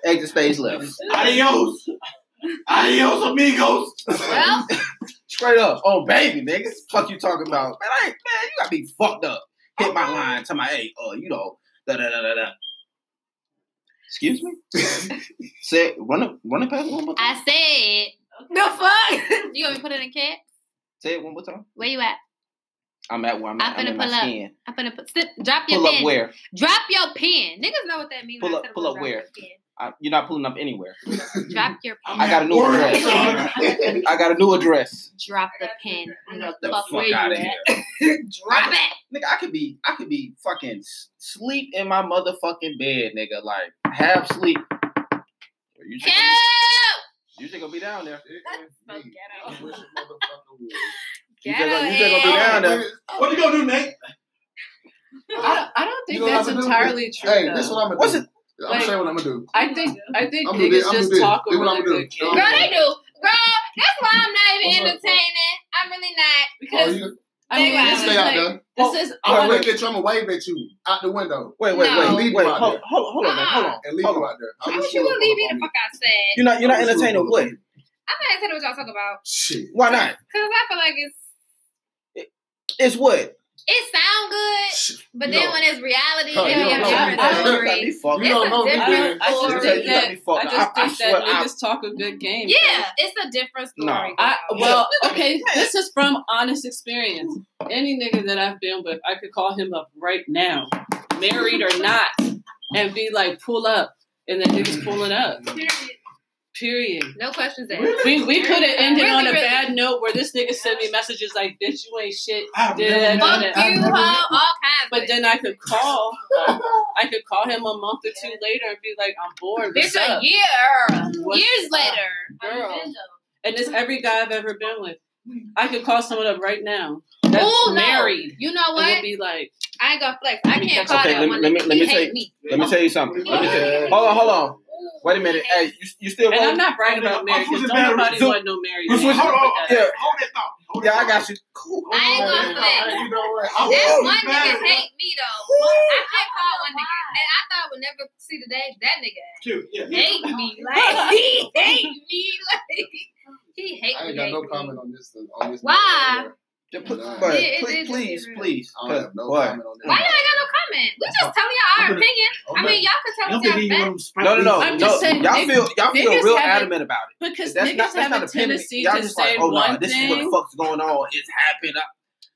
Speaker 1: Exit stage left.
Speaker 6: Adios. Adios, amigos.
Speaker 3: Well,
Speaker 1: Straight up. Oh, baby, nigga. Fuck you talking about. Man, I ain't, man, you gotta be fucked up. Hit my line. Tell my, hey, uh, you know, da da da da da. Excuse me? Say, run it, run it past me one more time.
Speaker 3: I said the fuck. you gonna be put in a cat?
Speaker 1: Say it one more time.
Speaker 3: Where you at?
Speaker 1: I'm at where I'm
Speaker 3: I'm
Speaker 1: at. I'm
Speaker 3: finna
Speaker 1: in my
Speaker 3: pull up.
Speaker 1: skin.
Speaker 3: I'm gonna put sit, drop your
Speaker 1: Pull up
Speaker 3: pen.
Speaker 1: where?
Speaker 3: Drop your pen. Niggas know what that means. when
Speaker 1: Pull
Speaker 3: I
Speaker 1: up-
Speaker 3: said I'm
Speaker 1: pull
Speaker 3: gonna
Speaker 1: up where?
Speaker 3: drop your
Speaker 1: I, you're not pulling up anywhere.
Speaker 3: pen. Drop your pen.
Speaker 1: I got a new
Speaker 6: Word,
Speaker 1: address.
Speaker 6: son.
Speaker 1: I got a new address.
Speaker 3: Drop the pen. I'm gonna
Speaker 1: The
Speaker 3: fuck,
Speaker 1: fuck
Speaker 3: where you
Speaker 1: outta
Speaker 3: at.
Speaker 1: here.
Speaker 3: Drop it.
Speaker 1: Nigga, I could be, I could be fucking s- sleep in my motherfucking bed, nigga. Like half sleep. You should,
Speaker 3: Ew!
Speaker 1: you should gonna be down there.
Speaker 3: So
Speaker 4: I
Speaker 3: ghetto.
Speaker 4: wish a motherfucker would.
Speaker 1: You just
Speaker 3: Ghetto
Speaker 1: gonna- you just gonna be
Speaker 3: ass.
Speaker 1: down there.
Speaker 6: What you gonna do, Nate?
Speaker 5: I don't, I don't
Speaker 4: You
Speaker 5: think
Speaker 4: gonna
Speaker 5: that's
Speaker 4: have to do
Speaker 5: entirely true.
Speaker 4: Hey,
Speaker 5: though.
Speaker 4: that's what I'm gonna
Speaker 1: What's
Speaker 4: do.
Speaker 1: it?
Speaker 4: I'm
Speaker 5: Like-
Speaker 4: saying what I'm gonna do.
Speaker 5: I think I think
Speaker 4: I'm gonna do this,
Speaker 5: niggas
Speaker 4: I'm gonna
Speaker 5: just
Speaker 4: do this.
Speaker 5: talk a
Speaker 4: This what I'm gonna
Speaker 5: really
Speaker 4: do.
Speaker 5: good game.
Speaker 4: Girl,
Speaker 3: Girl, they do. Girl, that's why I'm not even
Speaker 5: Uh-huh.
Speaker 4: What's up?
Speaker 3: entertaining. I'm really not.
Speaker 4: Oh,
Speaker 5: Because
Speaker 4: you
Speaker 5: I mean,
Speaker 3: Stay
Speaker 5: this is
Speaker 4: stay out
Speaker 5: like
Speaker 4: there.
Speaker 5: this
Speaker 4: I'm
Speaker 5: is I
Speaker 4: gonna
Speaker 5: wanna-
Speaker 4: look at you. I'm gonna wave at you out the window
Speaker 1: Wait, wait,
Speaker 3: No.
Speaker 1: wait,
Speaker 4: Leave
Speaker 1: wait.
Speaker 4: him out
Speaker 1: Hold,
Speaker 4: there.
Speaker 1: hold, hold on, man, hold on.
Speaker 4: and leave
Speaker 1: Hold
Speaker 4: you
Speaker 1: on.
Speaker 4: out there.
Speaker 3: I
Speaker 4: I'm
Speaker 3: wish
Speaker 4: just
Speaker 3: you
Speaker 4: gonna
Speaker 3: would leave me
Speaker 4: pull
Speaker 3: the
Speaker 4: up
Speaker 3: fuck outside.
Speaker 1: You're not, you're not
Speaker 4: I'm just
Speaker 1: entertaining
Speaker 4: gonna pull up.
Speaker 1: what?
Speaker 3: not excited what y'all talk about
Speaker 4: Shit.
Speaker 1: Why not?
Speaker 3: because I feel like it's
Speaker 1: It's what?
Speaker 3: it sound good,
Speaker 4: Shit.
Speaker 3: but
Speaker 1: You
Speaker 3: then
Speaker 1: know-
Speaker 3: when it's reality,
Speaker 1: Huh,
Speaker 3: it
Speaker 5: you
Speaker 3: be a
Speaker 5: don't know.
Speaker 3: different
Speaker 5: I- I-
Speaker 1: You got
Speaker 3: story.
Speaker 1: me fucked
Speaker 3: It's a
Speaker 1: up.
Speaker 5: don't know,
Speaker 3: different
Speaker 5: man. I
Speaker 1: You got-
Speaker 5: just
Speaker 3: story.
Speaker 5: think
Speaker 1: you got
Speaker 5: that-
Speaker 1: me fucked
Speaker 5: I
Speaker 1: up. I-
Speaker 5: just
Speaker 1: I
Speaker 5: think that
Speaker 1: swear, I-
Speaker 5: niggas talk a good game.
Speaker 3: Yeah, it's a different story.
Speaker 1: No.
Speaker 5: I,
Speaker 3: girl.
Speaker 5: well, okay, this is from honest experience. Any nigga that I've been with, I could call him up right now, married or not, and be like, pull up. And that nigga's pulling up.
Speaker 3: Period.
Speaker 5: Period.
Speaker 3: No questions asked.
Speaker 5: We, we could have ended
Speaker 3: Really,
Speaker 5: on a
Speaker 3: really.
Speaker 5: bad note where this nigga sent me messages like, bitch, you ain't shit.
Speaker 6: I've
Speaker 5: Did
Speaker 6: never
Speaker 5: it-
Speaker 6: met-
Speaker 3: Fuck
Speaker 5: I've
Speaker 3: you,
Speaker 6: never
Speaker 3: hoe, all kinds.
Speaker 5: But then I could call, I could call him a month or two later and be like, I'm bored. What's
Speaker 3: bitch, a
Speaker 5: up?
Speaker 3: year,
Speaker 5: What's
Speaker 3: years
Speaker 5: up?
Speaker 3: later,
Speaker 5: Girl. And it's every guy I've ever been with. I could call someone up right now. That's
Speaker 3: Ooh, no.
Speaker 5: married.
Speaker 3: You know
Speaker 5: It
Speaker 3: what?
Speaker 5: would be like,
Speaker 3: I ain't gonna flex. I
Speaker 5: Let me
Speaker 3: can't
Speaker 5: catch-
Speaker 3: call
Speaker 1: okay,
Speaker 3: that
Speaker 1: let me-
Speaker 3: one.
Speaker 1: let me-
Speaker 3: nigga.
Speaker 1: let
Speaker 3: He
Speaker 1: me tell
Speaker 3: hate
Speaker 1: you-
Speaker 3: me.
Speaker 1: Let me tell you something. Let me tell you. Hold on, hold on. Wait a minute. Hey, you, you still
Speaker 5: and I'm
Speaker 1: going?
Speaker 5: not bragging about marriage because don't nobody want no married.
Speaker 1: Let's
Speaker 5: man.
Speaker 1: switch it.
Speaker 6: Hold on.
Speaker 1: Yeah,
Speaker 6: Hold that thought. Hold
Speaker 1: yeah,
Speaker 6: that
Speaker 1: I
Speaker 6: thought.
Speaker 1: got you. Cool.
Speaker 3: I ain't gonna flex.
Speaker 4: You know what?
Speaker 6: I
Speaker 3: That
Speaker 6: was
Speaker 3: one nigga
Speaker 6: mad.
Speaker 3: hate me though. I can't call one nigga, and I thought I would never see the day that nigga
Speaker 6: Cute. Yeah.
Speaker 3: hate me. Like he hate me. Like he hate
Speaker 4: I
Speaker 3: me.
Speaker 4: ain't got
Speaker 3: hate
Speaker 4: no
Speaker 3: me.
Speaker 4: comment on this. On this
Speaker 3: Why?
Speaker 1: Yeah, put-
Speaker 4: Nah.
Speaker 1: but
Speaker 3: Yeah, it-
Speaker 1: pl-
Speaker 3: it just
Speaker 1: please,
Speaker 3: is real.
Speaker 1: please.
Speaker 4: I don't have no
Speaker 1: What?
Speaker 4: comment on this.
Speaker 3: Why y'all ain't got no comment? We just telling y'all our
Speaker 6: I'm gonna-
Speaker 3: opinion. I mean, y'all can tell us
Speaker 6: I'm gonna give
Speaker 3: y'all
Speaker 6: you
Speaker 3: back.
Speaker 6: one of them
Speaker 1: No, no, no.
Speaker 5: I'm
Speaker 1: no.
Speaker 5: just saying,
Speaker 1: y'all
Speaker 5: they-
Speaker 1: feel y'all feel
Speaker 5: niggas
Speaker 1: real
Speaker 5: haven't-
Speaker 1: adamant about it.
Speaker 5: Because
Speaker 1: That's
Speaker 5: niggas
Speaker 1: not that's
Speaker 5: have
Speaker 1: not
Speaker 5: a
Speaker 1: opinion.
Speaker 5: tendency
Speaker 1: Y'all
Speaker 5: to
Speaker 1: just
Speaker 5: say
Speaker 1: like, oh
Speaker 5: one
Speaker 1: nah, this is what the
Speaker 5: thing.
Speaker 1: fuck's going on. It's happened. I-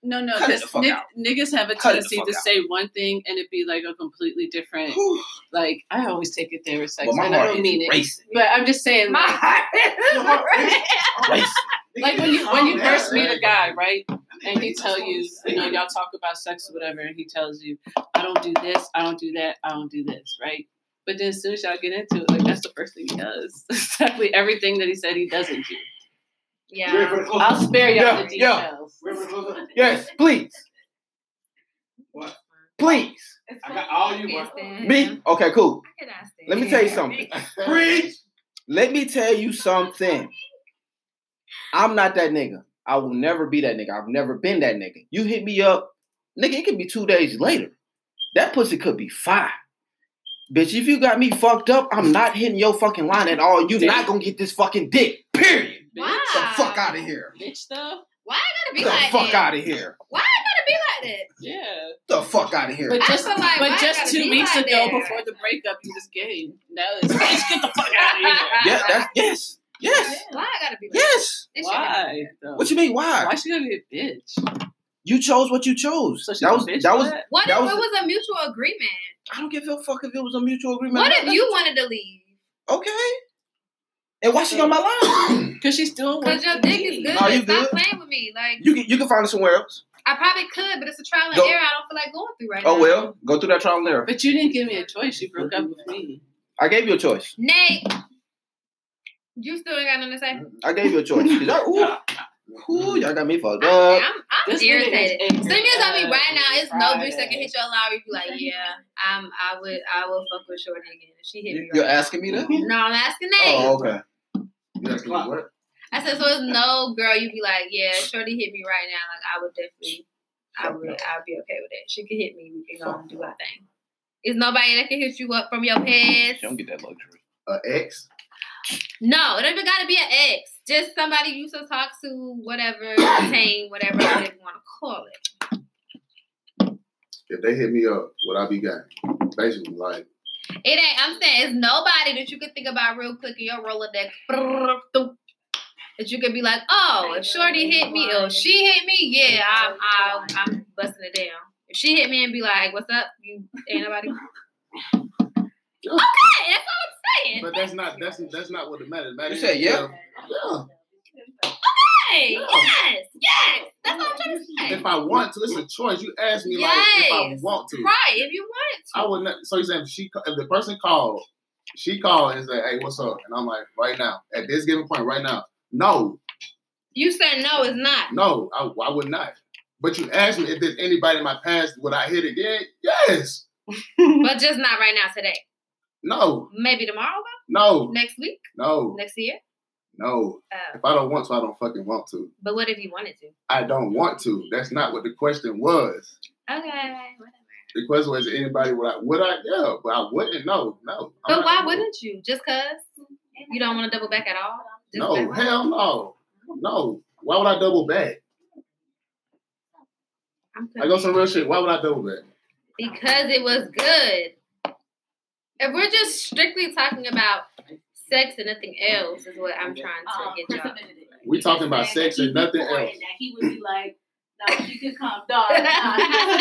Speaker 5: No, no,
Speaker 1: Cut it
Speaker 5: because
Speaker 1: the fuck out.
Speaker 5: niggas have a
Speaker 1: Cut it the
Speaker 5: tendency
Speaker 1: fuck
Speaker 5: to
Speaker 1: out.
Speaker 5: say one thing and it be like a completely different.
Speaker 1: Whew.
Speaker 5: Like I always take it there with sex,
Speaker 1: But my
Speaker 5: and I
Speaker 1: heart
Speaker 5: don't mean
Speaker 1: is
Speaker 5: it.
Speaker 1: racing.
Speaker 5: But I'm just saying,
Speaker 3: My
Speaker 5: like,
Speaker 3: heart is red.
Speaker 1: Racing.
Speaker 5: like when you when you
Speaker 4: Yeah,
Speaker 5: first meet a
Speaker 4: right.
Speaker 5: guy, right? And he tell you, you know, y'all talk about sex or whatever, and he tells you, I don't do this, I don't do that, I don't do this, right? But then as soon as y'all get into it, like that's the first thing he does. exactly everything that he said he doesn't do.
Speaker 6: Ready
Speaker 3: Yeah.
Speaker 6: for the close?
Speaker 5: I'll spare y'all the
Speaker 1: Yeah, yeah.
Speaker 5: details.
Speaker 6: Ready for the close up?
Speaker 1: Yes, please.
Speaker 6: What?
Speaker 1: Please.
Speaker 6: I got all you,
Speaker 3: Can't
Speaker 6: bro.
Speaker 3: stand
Speaker 1: Me?
Speaker 5: Mm-hmm.
Speaker 3: him.
Speaker 1: Okay, cool.
Speaker 3: I cannot stand
Speaker 1: Let me
Speaker 3: him.
Speaker 1: tell you something.
Speaker 6: Preach.
Speaker 1: Let me tell you something. I'm not that nigga. I will never be that nigga. I've never been that nigga. You hit me up, nigga, it could be two days later. That pussy could be fine. Bitch, if you got me fucked up, I'm not hitting your fucking line at all. You not gonna get this fucking dick. Period.
Speaker 3: Wow.
Speaker 1: Get the fuck out of here.
Speaker 5: Bitch though?
Speaker 3: Why I gotta be
Speaker 1: Get the
Speaker 3: like
Speaker 1: fuck
Speaker 3: that?
Speaker 1: out of here.
Speaker 3: Why I gotta be like that?
Speaker 5: Yeah.
Speaker 1: Get the fuck out of here.
Speaker 5: But
Speaker 3: I
Speaker 5: just
Speaker 3: feel like, why
Speaker 5: but
Speaker 3: I
Speaker 5: just
Speaker 3: gotta
Speaker 5: two
Speaker 3: be
Speaker 5: weeks
Speaker 3: like
Speaker 5: ago
Speaker 3: that?
Speaker 5: before the breakup you was gay. Now it's bitch, get the fuck out of here.
Speaker 1: yeah, that's yes. Yes.
Speaker 3: Why I gotta be like
Speaker 1: Yes.
Speaker 3: that? It shouldn't be.
Speaker 5: Why though?
Speaker 1: What you mean? Why?
Speaker 5: Why she gonna be a bitch?
Speaker 1: You chose what you chose.
Speaker 5: So she's
Speaker 1: that was
Speaker 5: a bitch
Speaker 1: that
Speaker 5: for
Speaker 1: was.
Speaker 5: that?
Speaker 3: What
Speaker 1: That
Speaker 3: if
Speaker 1: was-
Speaker 3: it was a mutual agreement?
Speaker 1: I don't give a fuck if it was a mutual agreement.
Speaker 3: What
Speaker 1: or
Speaker 3: if
Speaker 1: not.
Speaker 3: you wanted to leave?
Speaker 1: Okay. And why she on my line?
Speaker 5: Cause she still
Speaker 3: Because
Speaker 5: wants
Speaker 3: your
Speaker 5: to
Speaker 3: dick
Speaker 5: leave.
Speaker 3: is good.
Speaker 1: Nah, Oh, you
Speaker 3: Stop
Speaker 1: good.
Speaker 3: playing with me. Like
Speaker 1: you can you can find it somewhere else.
Speaker 3: I probably could, but it's a trial and
Speaker 1: Go-
Speaker 3: error. I don't feel like going through right now.
Speaker 1: Oh well, go through that trial and error.
Speaker 5: But you didn't give me a choice. You broke up with me.
Speaker 1: I gave you a choice.
Speaker 3: Nate, you still ain't got nothing to say.
Speaker 1: I gave you a choice. Y'all, ooh, ooh, y'all got me fucked
Speaker 3: I'm,
Speaker 1: up.
Speaker 3: I'm, I'm irritated.
Speaker 5: Some
Speaker 3: Some years I mean, right now, it's no bitch that can hit your line. You be like, yeah, I'm, I would, I will fuck with Shorty again if she hit me.
Speaker 1: You-
Speaker 3: Right
Speaker 1: You're asking me that?
Speaker 3: now. No, I'm asking Nate.
Speaker 1: Oh, okay.
Speaker 4: You asked me what?
Speaker 3: I said, so it's no girl. You be like, yeah, Shorty hit me right now. Like I would definitely, I would, I'd be okay with that. She could hit me. We can go and do our thing. Is nobody that can hit you up from your past?
Speaker 1: She don't get that luxury.
Speaker 4: An ex?
Speaker 3: No, it don't even gotta be an ex. Just somebody you used to talk to, whatever, retain, whatever, whatever you want to call it.
Speaker 4: If they hit me up, would I be gay? Basically, like,
Speaker 3: It ain't. I'm saying it's nobody that you could think about real quick in your Rolodex. brrrr, thump, That you could be like, oh, if Shorty hit me, or if she hit me, yeah, I'm, I'm, I'm busting it down. If she hit me and be like, what's up? You ain't nobody. Okay, that's all I'm saying.
Speaker 4: but that's not that's that's not what it matters.
Speaker 1: You said yeah?
Speaker 4: Yeah.
Speaker 3: Hey, yes, yes, that's all I'm trying to say.
Speaker 4: If I want to, it's a choice. You asked me like if I
Speaker 3: Yes.
Speaker 4: want to.
Speaker 3: Right, if you wanted to.
Speaker 4: I would not. So you saying if she if the person called, she called and said, "Hey, what's up?" And I'm like, right now, at this given point, right now, no,
Speaker 3: You said no, it's not.
Speaker 4: no, I, I would not. But you asked me if there's anybody in my past would I hit again? Yes.
Speaker 3: But just not right now today.
Speaker 4: No.
Speaker 3: Maybe tomorrow, though?
Speaker 4: No.
Speaker 3: next week,
Speaker 4: No.
Speaker 3: next year.
Speaker 4: No.
Speaker 3: Uh,
Speaker 4: If I don't want to, I don't fucking want to.
Speaker 3: but what if you wanted to?
Speaker 4: I don't want to. That's not what the question was.
Speaker 3: Okay, whatever.
Speaker 4: The question was anybody would I would I? Yeah, but I wouldn't. No, no. I'm
Speaker 3: But
Speaker 4: not
Speaker 3: why
Speaker 4: gonna-
Speaker 3: wouldn't you? Just cause you don't want to double back at all?
Speaker 4: No, hell no. No. Why would I double back?
Speaker 3: I'm
Speaker 4: I go
Speaker 3: confused.
Speaker 4: some real shit. Why would I double back?
Speaker 3: because it was good. If we're just strictly talking about sex and nothing else, is what I'm trying to
Speaker 7: Um,
Speaker 3: get
Speaker 7: Chris
Speaker 3: y'all.
Speaker 7: admitted it.
Speaker 4: We talking about
Speaker 7: He said
Speaker 4: sex
Speaker 7: that
Speaker 4: and nothing
Speaker 7: he was born
Speaker 4: else.
Speaker 7: and That he would be like, no, she could come, dog. Nah, he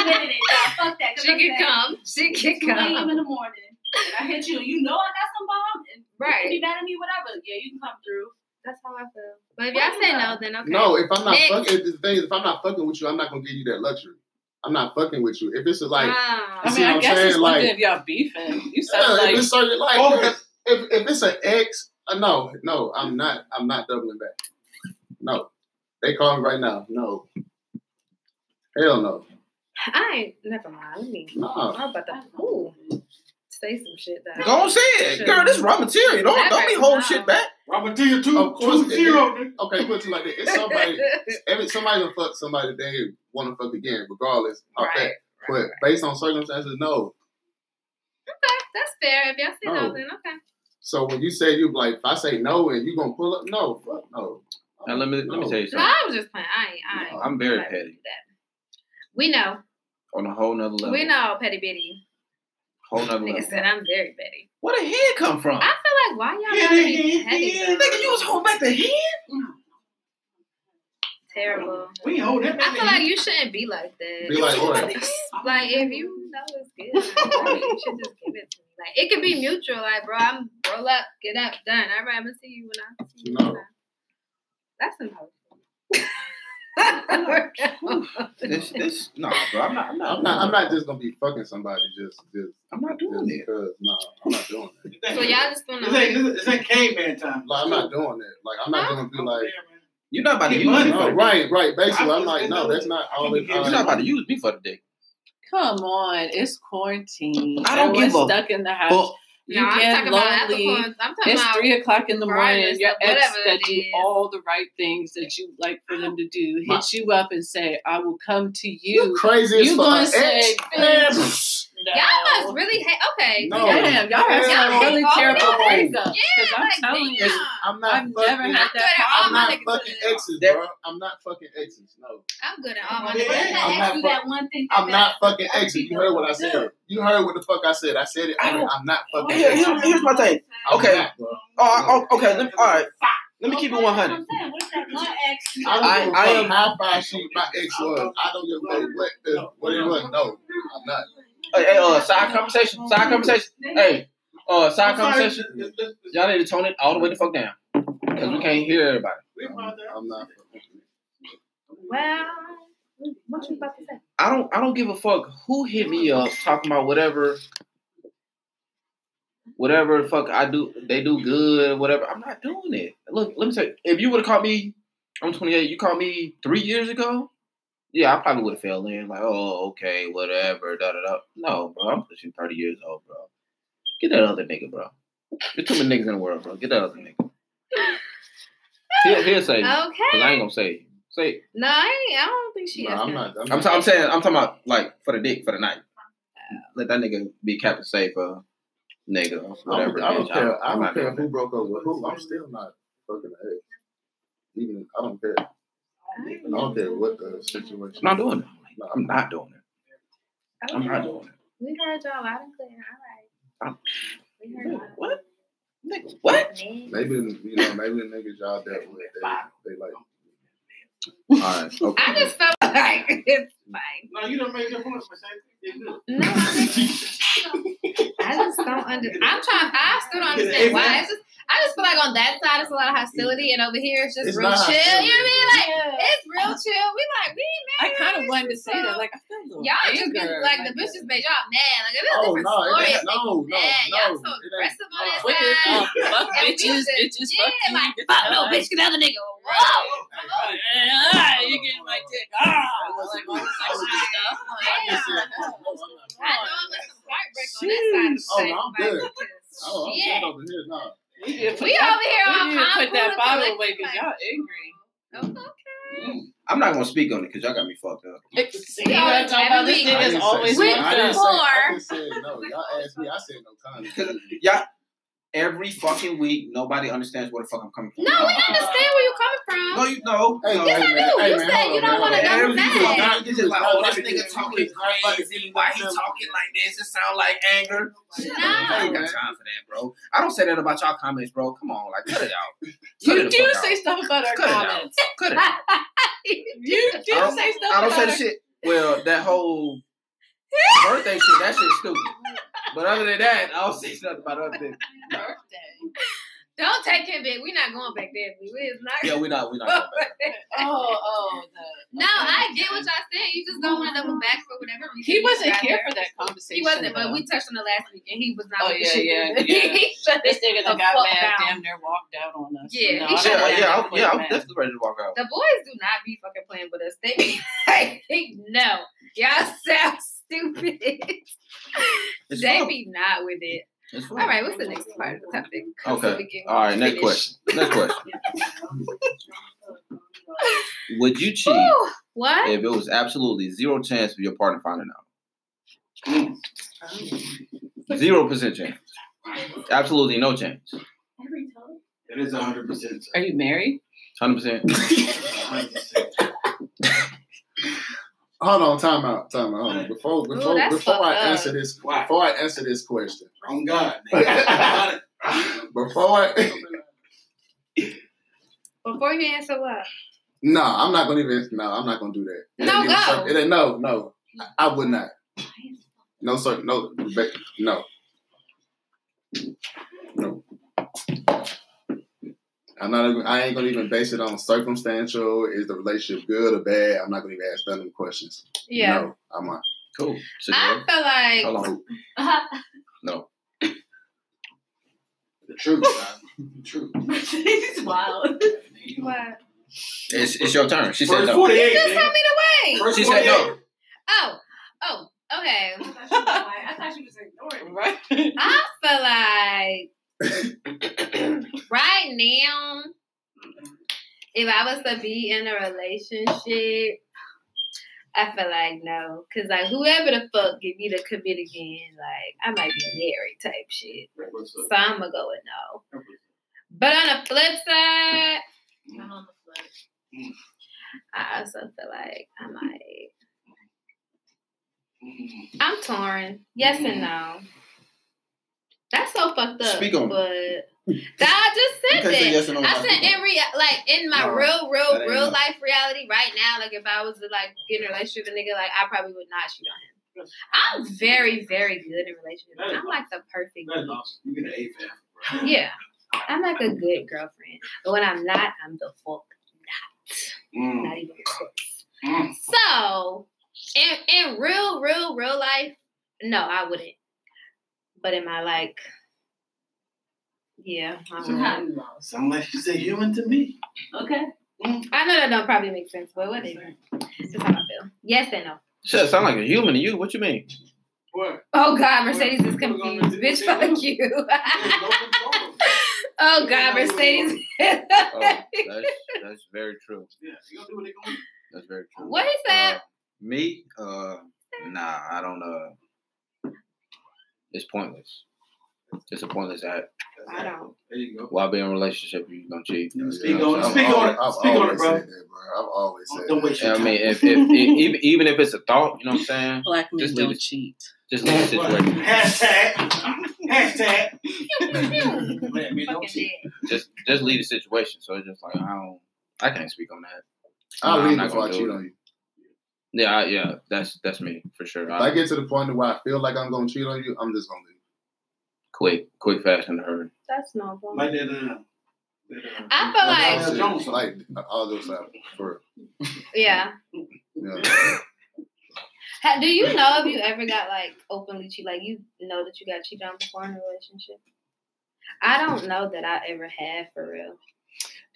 Speaker 7: admitted it. Nah, fuck that. 'cause
Speaker 3: She
Speaker 7: I'm
Speaker 3: could
Speaker 7: saying,
Speaker 3: come. She
Speaker 7: it's 2
Speaker 3: could
Speaker 7: a.m.
Speaker 3: come.
Speaker 7: in the morning. And I hit you. You know I got some bomb. And You can be
Speaker 3: Right.
Speaker 7: mad at me, whatever. Yeah, you can come through.
Speaker 3: That's how I feel. But if y'all say no, then okay.
Speaker 4: No, if I'm not
Speaker 3: Next.
Speaker 4: fucking if, the thing is, if I'm not fucking with you, I'm not gonna give you that luxury. I'm not fucking with you. If it's like
Speaker 3: Ah.
Speaker 4: You
Speaker 5: I
Speaker 4: see
Speaker 5: mean,
Speaker 4: what
Speaker 5: I
Speaker 4: I'm
Speaker 5: guess it's
Speaker 4: saying?
Speaker 5: one
Speaker 4: Like-
Speaker 5: thing if y'all beefing. You
Speaker 4: Yeah,
Speaker 5: sound
Speaker 4: if
Speaker 5: like
Speaker 4: it's certain like
Speaker 6: Focus.
Speaker 4: if, if it's an ex, uh, no, no, I'm not. I'm not doubling back. No, they call me right now. No, hell no,
Speaker 3: I ain't. Never mind. Let me.
Speaker 4: no.
Speaker 3: I'm about to ooh, say some shit that.
Speaker 1: Go on, say it, girl. This raw material. Don't don't be holding shit back.
Speaker 6: Robert Tia two,
Speaker 4: Of course
Speaker 6: two
Speaker 4: it
Speaker 6: zero, nigga.
Speaker 4: Okay, put it like that. It's somebody. Every somebody gonna fuck somebody they want to fuck again, regardless of
Speaker 3: Right,
Speaker 4: that. But based on circumstances, no.
Speaker 3: Okay, that's fair. If y'all say no,
Speaker 4: No.
Speaker 3: then okay.
Speaker 4: So when you say you like, if I say no and you gonna pull up, no, fuck no.
Speaker 1: Now let me let me
Speaker 4: No.
Speaker 1: tell you
Speaker 3: No,
Speaker 1: something.
Speaker 3: I was just playing. I ain't. I ain't.
Speaker 1: I'm very
Speaker 3: Right.
Speaker 1: petty
Speaker 3: We know.
Speaker 1: on a whole nother level.
Speaker 3: We know petty bitty.
Speaker 1: Whole nother
Speaker 3: Nigga
Speaker 1: level.
Speaker 3: said I'm very petty.
Speaker 1: Where the head come from?
Speaker 3: I feel like why y'all gotta be petty? though?
Speaker 1: Nigga, you was holding back the head.
Speaker 3: Terrible.
Speaker 6: We ain't hold that.
Speaker 3: I feel like you shouldn't be like that.
Speaker 4: Be like what?
Speaker 3: Like if you know it's good, like, you should just give it to me. Like it could be mutual. Like bro, I'm roll up, get up, done. All right, I'm gonna see you when I see you.
Speaker 4: No.
Speaker 3: That's Oh impossible.
Speaker 1: This this nah, bro. I'm not. I'm not.
Speaker 4: I'm not. I'm not just gonna be fucking somebody just just
Speaker 1: I'm not
Speaker 4: just
Speaker 1: doing it.
Speaker 4: because. No, I'm not doing that.
Speaker 3: so y'all just
Speaker 6: This
Speaker 3: wanna.
Speaker 6: ain't, this ain't caveman time.
Speaker 4: Like I'm not doing that. Like I'm not gonna be like.
Speaker 1: You're not about to
Speaker 6: Get
Speaker 1: use me
Speaker 6: money.
Speaker 1: for
Speaker 4: No,
Speaker 1: the dick.
Speaker 4: right, right. Basically,
Speaker 6: I'm
Speaker 4: I'm like,
Speaker 6: just
Speaker 4: no,
Speaker 6: gonna-
Speaker 4: that's not all it. uh,
Speaker 1: You're not about to use me for the dick.
Speaker 5: Come on, it's quarantine.
Speaker 1: I don't
Speaker 5: Everyone's
Speaker 1: give a
Speaker 5: stuck in the house.
Speaker 1: But
Speaker 5: you
Speaker 3: no, I'm
Speaker 5: get
Speaker 3: talking about
Speaker 5: lonely.
Speaker 3: applicants. I'm talking
Speaker 5: It's
Speaker 3: about
Speaker 5: three o'clock in the
Speaker 3: Friday,
Speaker 5: morning. Your
Speaker 3: so
Speaker 5: ex
Speaker 3: whatever
Speaker 5: that
Speaker 3: it
Speaker 5: do
Speaker 3: is.
Speaker 5: all the right things that you like for them to do
Speaker 4: My-
Speaker 5: hits you up and say, "I will come to
Speaker 4: You,
Speaker 5: you."
Speaker 4: crazy as
Speaker 5: you
Speaker 4: fuck.
Speaker 5: gonna
Speaker 4: Ex,
Speaker 5: say,
Speaker 4: man,
Speaker 5: No.
Speaker 3: y'all must really hate. Okay,
Speaker 4: No.
Speaker 5: Damn, y'all
Speaker 4: Y'all
Speaker 5: are some
Speaker 4: hate
Speaker 5: really
Speaker 3: all
Speaker 5: terrible
Speaker 4: y'all hate.
Speaker 5: breakups. Because I'm
Speaker 3: like,
Speaker 5: telling
Speaker 3: damn.
Speaker 5: you,
Speaker 4: I'm not.
Speaker 5: I've
Speaker 4: fucking,
Speaker 5: never had
Speaker 3: I'm
Speaker 5: that
Speaker 3: good at all
Speaker 4: I'm
Speaker 5: problem.
Speaker 3: my
Speaker 4: not
Speaker 3: niggas
Speaker 4: fucking
Speaker 3: do that.
Speaker 4: exes, bro. I'm not fucking exes. No,
Speaker 3: I'm good at all my
Speaker 6: Yeah.
Speaker 3: niggas.
Speaker 7: Let the
Speaker 4: I'm
Speaker 7: ex
Speaker 4: not
Speaker 7: do
Speaker 4: fuck-
Speaker 7: that one thing.
Speaker 4: I'm
Speaker 7: that-
Speaker 4: not fucking
Speaker 7: other
Speaker 4: exes. You
Speaker 7: people
Speaker 4: heard what I
Speaker 7: don't do.
Speaker 4: said. You heard what the fuck I said. I said it.
Speaker 1: I don't-
Speaker 4: I'm not fucking.
Speaker 1: Here-
Speaker 4: exes.
Speaker 1: here- here's my thing.
Speaker 4: I'm
Speaker 1: Okay.
Speaker 4: not, bro.
Speaker 1: Oh, I- oh, okay. Let me, all right. Let me
Speaker 7: Okay,
Speaker 1: keep it
Speaker 7: that's
Speaker 1: 100.
Speaker 7: What I'm saying. What if that one ex?
Speaker 4: I don't give a
Speaker 1: I- I
Speaker 4: fuck
Speaker 1: am-
Speaker 4: how far she my ex was. I don't give a fuck what the, what it was. No, I'm not.
Speaker 1: Hey, hey, uh, side conversation. Side conversation. Hey, uh, side conversation. Y'all need to tone it all the way the fuck down because we can't hear everybody.
Speaker 4: I'm, I'm not. fucking-
Speaker 3: Well, what you about to say?
Speaker 1: I don't. I don't give a fuck who hit me up talking about whatever. Whatever the fuck I do, they do good. Whatever, I'm not doing it. Look, let me say, if you would have called me, I'm 28. You called me three years ago. Yeah, I probably would have fell in like, oh, okay, whatever. Da da da. No, bro, I'm pushing 30 years old, bro. Get that other nigga, bro. There's too many niggas in the world, bro. Get that other nigga. He'll, he'll say, because
Speaker 3: Okay.
Speaker 1: I ain't gonna say, say.
Speaker 3: No, I, ain't, I don't think she
Speaker 4: No,
Speaker 3: is.
Speaker 4: I'm not. I'm
Speaker 1: I'm,
Speaker 4: not.
Speaker 1: t- I'm saying I'm talking about like for the dick for the night. Let that nigga be Captain Safe, uh, nigga, or
Speaker 4: I don't,
Speaker 1: whatever.
Speaker 4: I don't
Speaker 1: bitch.
Speaker 4: care. I
Speaker 1: I'm
Speaker 4: don't
Speaker 1: not
Speaker 4: care
Speaker 1: doing
Speaker 4: who broke up with who. I'm still not fucking an ex. Even I don't care. I don't care what the
Speaker 1: it.
Speaker 4: situation.
Speaker 1: I'm not doing it.
Speaker 4: No,
Speaker 1: I'm not doing it. I'm not
Speaker 3: Okay.
Speaker 1: doing it.
Speaker 3: We heard y'all loud and clear. All right.
Speaker 1: I'm-
Speaker 3: We heard y'all.
Speaker 1: What? Nigga, what?
Speaker 4: Maybe you know. Maybe the niggas y'all dealt with, they, they like.
Speaker 1: All right. Okay.
Speaker 3: I just felt like it's fine.
Speaker 6: No, you don't make your point, Mercedes.
Speaker 3: No, I I just don't under. I'm trying. I still don't understand why. It's just, I just feel like on that side it's a lot of hostility, and over here it's just
Speaker 4: It's
Speaker 3: real
Speaker 4: not
Speaker 3: chill. You know what I mean? Like
Speaker 7: Yeah.
Speaker 3: it's real chill. We like we
Speaker 5: I
Speaker 3: ain't mad.
Speaker 5: kind of wanted to say that. Like, I feel a little
Speaker 3: y'all just
Speaker 5: anger,
Speaker 3: been, like the
Speaker 5: that.
Speaker 3: bitches made y'all mad. Like it's a
Speaker 4: Oh
Speaker 3: different
Speaker 4: no!
Speaker 3: story.
Speaker 4: It
Speaker 3: if
Speaker 4: ain't, no, no,
Speaker 3: they mad.
Speaker 4: no!
Speaker 3: Y'all so
Speaker 4: it ain't-
Speaker 3: aggressive on
Speaker 5: Quick
Speaker 3: that
Speaker 5: as
Speaker 3: side.
Speaker 5: fuck. Oh, Fuck
Speaker 3: And we
Speaker 5: bitches,
Speaker 3: just-
Speaker 5: bitches,
Speaker 3: Yeah,
Speaker 5: fuck you.
Speaker 3: like
Speaker 5: get
Speaker 3: fuck
Speaker 5: your
Speaker 3: no
Speaker 5: ass
Speaker 3: bitch, get the other nigga. Whoa.
Speaker 5: out. Ah, you getting my dick? Ah, like all this extra stuff.
Speaker 4: I
Speaker 5: Like,
Speaker 4: just said, no, I'm not.
Speaker 3: I know I'm like some heartbreak on that
Speaker 4: Oh,
Speaker 3: side of the thing,
Speaker 4: I'm
Speaker 3: like,
Speaker 4: good. Oh, I'm
Speaker 3: Shit.
Speaker 4: good over here. No,
Speaker 5: we need to put
Speaker 3: We
Speaker 5: that-
Speaker 3: over here all
Speaker 5: we need to
Speaker 3: calm,
Speaker 5: put that
Speaker 3: cool,
Speaker 5: bottle
Speaker 3: collected,
Speaker 5: away because
Speaker 3: like-
Speaker 5: y'all angry.
Speaker 1: I'm not gonna speak on it because y'all got me fucked up.
Speaker 5: See,
Speaker 3: We
Speaker 5: y'all
Speaker 3: always
Speaker 5: talking
Speaker 3: have
Speaker 5: about
Speaker 3: a
Speaker 5: this
Speaker 3: week.
Speaker 4: I
Speaker 5: nigga's
Speaker 4: didn't
Speaker 5: always
Speaker 4: say,
Speaker 3: With
Speaker 5: fucked
Speaker 4: I didn't
Speaker 5: up.
Speaker 4: say, I
Speaker 3: four.
Speaker 4: just said no. Y'all asked me. I said no time.
Speaker 1: Y'all, every fucking week. Nobody understands where the fuck I'm coming from.
Speaker 3: No, we understand where you're coming
Speaker 1: No,
Speaker 3: from.
Speaker 1: you know.
Speaker 4: Hey,
Speaker 1: no.
Speaker 4: you
Speaker 3: Yes,
Speaker 4: Hey,
Speaker 3: I do.
Speaker 4: man,
Speaker 3: You
Speaker 4: hey,
Speaker 3: said
Speaker 4: man,
Speaker 3: you
Speaker 4: hold
Speaker 3: don't
Speaker 4: on,
Speaker 3: want to
Speaker 4: man.
Speaker 3: go
Speaker 1: Every
Speaker 4: Everything's
Speaker 3: back.
Speaker 4: not-
Speaker 1: It's just like, oh, this nigga talking crazy. Why he talking like this? It sound like anger. Shit, man, I ain't got time for that, bro. I don't say that about y'all comments, bro. Come on, like cut it out. Cut
Speaker 5: You
Speaker 1: it the
Speaker 5: do
Speaker 1: fuck out.
Speaker 5: say stuff about our
Speaker 1: Cut it out.
Speaker 5: comments.
Speaker 1: Cut it. out.
Speaker 5: You do
Speaker 1: I don't-
Speaker 5: say stuff
Speaker 1: I don't
Speaker 5: about
Speaker 1: say
Speaker 5: our
Speaker 1: the shit. Well, that whole birthday shit, that shit's stupid. But other than that, I don't say nothing about other things.
Speaker 5: birthday.
Speaker 3: Don't take it big. We're not going back there. We is not.
Speaker 1: Yeah, we not we not going back.
Speaker 5: Oh, oh. The,
Speaker 3: No, I get what y'all saying. You just don't want to double back for whatever reason.
Speaker 5: He wasn't
Speaker 3: Right
Speaker 5: here
Speaker 3: there.
Speaker 5: for that conversation.
Speaker 3: He wasn't, but
Speaker 5: though.
Speaker 3: we touched on the last week, and he was not.
Speaker 5: Oh,
Speaker 3: with the
Speaker 5: yeah,
Speaker 3: shit.
Speaker 5: yeah,
Speaker 3: He shut
Speaker 5: This
Speaker 3: it-
Speaker 5: nigga
Speaker 3: the
Speaker 5: that got
Speaker 3: fuck
Speaker 5: mad
Speaker 3: down.
Speaker 5: damn near walked out on us.
Speaker 3: Yeah,
Speaker 5: no,
Speaker 3: he
Speaker 5: I
Speaker 3: should've
Speaker 1: Yeah,
Speaker 5: would've
Speaker 3: done
Speaker 1: yeah,
Speaker 5: been
Speaker 1: I'm, yeah, I'm
Speaker 5: mad.
Speaker 1: definitely ready to walk out.
Speaker 3: The boys do not be fucking playing with us. They be like, no, y'all sound stupid.
Speaker 1: It's
Speaker 3: they
Speaker 1: fun.
Speaker 3: be not with it.
Speaker 1: It's fun.
Speaker 3: All right, what's the next part of the topic?
Speaker 1: Okay.
Speaker 3: So we can
Speaker 1: All right, next
Speaker 3: finish.
Speaker 1: question. Next question. Would you cheat
Speaker 3: Ooh, what?
Speaker 1: if it was absolutely zero chance of your partner finding out? Zero percent chance. Absolutely no chance.
Speaker 7: Every time.
Speaker 6: That is hundred percent.
Speaker 5: Are you married?
Speaker 1: Hundred percent.
Speaker 4: Hold on, time out, time out. Hold on. Before before
Speaker 3: that's
Speaker 4: before I
Speaker 3: fucked up.
Speaker 4: answer this
Speaker 6: Why?
Speaker 4: before I answer this question.
Speaker 6: On God. nigga.
Speaker 4: Before I
Speaker 3: Before you answer what?
Speaker 4: No, I'm not gonna even no, I'm not gonna do that. It
Speaker 3: No,
Speaker 4: ain't even
Speaker 3: go.
Speaker 4: cir- It ain't no, no. I- I would not. No sir, no ba- no. No. I'm not even I ain't gonna even base it on circumstantial. Is the relationship good or bad? I'm not gonna even ask none of them questions.
Speaker 3: Yeah.
Speaker 4: No, I'm not.
Speaker 1: Cool. Sit
Speaker 3: Ah.
Speaker 1: down.
Speaker 3: I feel
Speaker 1: Hold
Speaker 3: like
Speaker 1: on. No.
Speaker 6: The truth, son. The truth.
Speaker 7: She's wild.
Speaker 3: what?
Speaker 1: It's, it's your turn. She said
Speaker 6: First
Speaker 1: no.
Speaker 3: You
Speaker 6: forty-eight.
Speaker 3: just
Speaker 6: nigga.
Speaker 3: told me to wait.
Speaker 6: First
Speaker 1: She said
Speaker 6: 48.
Speaker 1: no.
Speaker 3: Oh, oh, okay.
Speaker 7: I thought she was ignoring me.
Speaker 5: Right.
Speaker 3: I feel like right now, if I was to be in a relationship, I feel like no, cause like whoever the fuck give me the commit again, like I might be married type shit.
Speaker 6: What's
Speaker 3: So
Speaker 6: up?
Speaker 3: I'm gonna go with no. But on the flip side, I also feel like I might. I'm torn. Yes and no. That's so fucked up.
Speaker 1: Speak on it.
Speaker 3: But Nah, I just
Speaker 1: You
Speaker 3: said
Speaker 1: can't
Speaker 3: that.
Speaker 1: say yes or no.
Speaker 3: I said in real, like in my
Speaker 1: No,
Speaker 3: real,
Speaker 1: that
Speaker 3: real,
Speaker 1: ain't
Speaker 3: real
Speaker 1: no.
Speaker 3: life reality right now. Like if I was to like get in a relationship with a nigga, like I probably would not cheat on him. I'm very, very good in relationships. I'm like the perfect.
Speaker 6: That's awesome. You get an A for that.
Speaker 3: Yeah, I'm like a good girlfriend, but when I'm not, I'm the fuck
Speaker 6: Mm.
Speaker 3: not even close. So, in in real, real, real life, no, I wouldn't. But in my like, yeah, I,
Speaker 6: So,
Speaker 3: don't know.
Speaker 6: Sound like she's a human to me.
Speaker 7: Okay.
Speaker 3: I know that don't probably make sense, but whatever. That's how I feel. Yes and no.
Speaker 1: Shit, sound like a human to you. What you mean?
Speaker 6: What?
Speaker 3: Oh God, Mercedes is confused. Bitch, fuck you.
Speaker 6: There's no control.
Speaker 3: oh God, Mercedes.
Speaker 1: Oh, that's, that's very true.
Speaker 6: Yeah, you gonna do what they gonna do.
Speaker 1: That's very true.
Speaker 3: what is that?
Speaker 1: Uh, me? Uh, nah, I don't. Uh, it's pointless. It's a pointless act.
Speaker 6: That's
Speaker 3: I
Speaker 6: it.
Speaker 3: don't.
Speaker 6: There you go.
Speaker 1: Why be in a relationship if you gonna cheat?
Speaker 6: Yeah, speak
Speaker 1: You know what
Speaker 6: on it.
Speaker 1: I'm
Speaker 6: Speak
Speaker 1: saying?
Speaker 6: on it.
Speaker 4: I've al-
Speaker 6: Speak on
Speaker 4: I've
Speaker 6: it,
Speaker 4: always
Speaker 6: bro.
Speaker 4: said that, bro. I've always said
Speaker 6: Don't
Speaker 4: that.
Speaker 6: waste your
Speaker 1: I
Speaker 6: time.
Speaker 1: mean, if, if, if even, even if it's a thought, you know what I'm saying?
Speaker 5: Black men
Speaker 1: Just leave
Speaker 5: don't
Speaker 1: it.
Speaker 5: cheat.
Speaker 1: Just leave the situation.
Speaker 6: Hashtag. Hashtag. Man, man, don't
Speaker 3: Fucking
Speaker 6: cheat.
Speaker 3: dead.
Speaker 1: Just just leave the situation. So it's just like I don't. I can't speak on that.
Speaker 4: I'll
Speaker 1: I'm
Speaker 4: leave
Speaker 1: not
Speaker 4: before I
Speaker 1: gonna do
Speaker 4: cheat
Speaker 1: it.
Speaker 4: on you.
Speaker 1: Yeah, I, yeah. That's that's me for sure.
Speaker 4: If
Speaker 1: I,
Speaker 4: I get to the point where I feel like I'm gonna cheat on you, I'm just gonna leave.
Speaker 1: quick, quick, fast, and hurry.
Speaker 3: That's no problem.
Speaker 6: Like that, uh, that, uh,
Speaker 3: I feel
Speaker 4: Like,
Speaker 3: like,
Speaker 6: Michael Jones.
Speaker 4: like all those stuff for
Speaker 3: yeah.
Speaker 4: you know.
Speaker 3: Ha do you know if you ever got like openly cheated? Like you know that you got cheated on before in a relationship? I don't know that I ever have for real.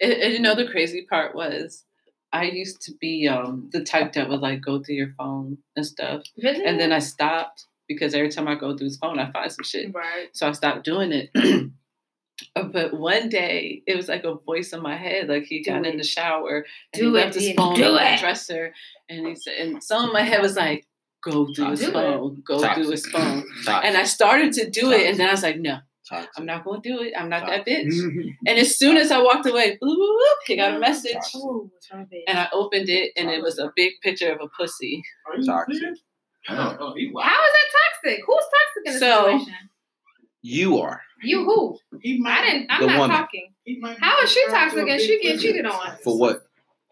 Speaker 5: And, and you know the crazy part was, I used to be um, the type that would like go through your phone and stuff,
Speaker 3: Really?
Speaker 5: and then I stopped because every time I go through his phone, I find some shit.
Speaker 3: right.
Speaker 5: So I stopped doing it. Uh, but one day, it was like a voice in my head. Like he
Speaker 3: Do
Speaker 5: got
Speaker 3: it.
Speaker 5: in the shower and he
Speaker 3: Do it,
Speaker 5: left his
Speaker 3: Diddy,
Speaker 5: phone
Speaker 3: do
Speaker 5: on the
Speaker 3: it.
Speaker 5: dresser, and he said, and some in my head was like, "Go through his
Speaker 3: Do it.
Speaker 5: phone, go
Speaker 1: Toxic.
Speaker 5: through his phone."
Speaker 1: Toxic.
Speaker 5: And I started to do it, and then I was like, "No,
Speaker 1: Toxic.
Speaker 5: I'm not gonna do it. I'm not that bitch.
Speaker 4: Mhm.
Speaker 5: And as soon as I walked away, bloop, bloop, bloop, he got a message.
Speaker 2: Ooh, what's wrong with it?
Speaker 5: And I opened it, and it was a big picture of a pussy.
Speaker 6: Are you
Speaker 1: Toxic.
Speaker 6: serious?
Speaker 4: Yeah.
Speaker 6: Oh, he wild.
Speaker 3: How is that toxic? Who's toxic in this
Speaker 5: So-
Speaker 3: situation?
Speaker 1: You are.
Speaker 3: You who?
Speaker 6: He might.
Speaker 3: I didn't. I'm
Speaker 1: The
Speaker 3: not
Speaker 1: woman.
Speaker 3: talking.
Speaker 6: He might
Speaker 3: How is she
Speaker 6: referring to
Speaker 3: toxic
Speaker 6: a
Speaker 3: and
Speaker 6: big
Speaker 3: she getting
Speaker 6: pussy.
Speaker 3: cheated on?
Speaker 1: For what?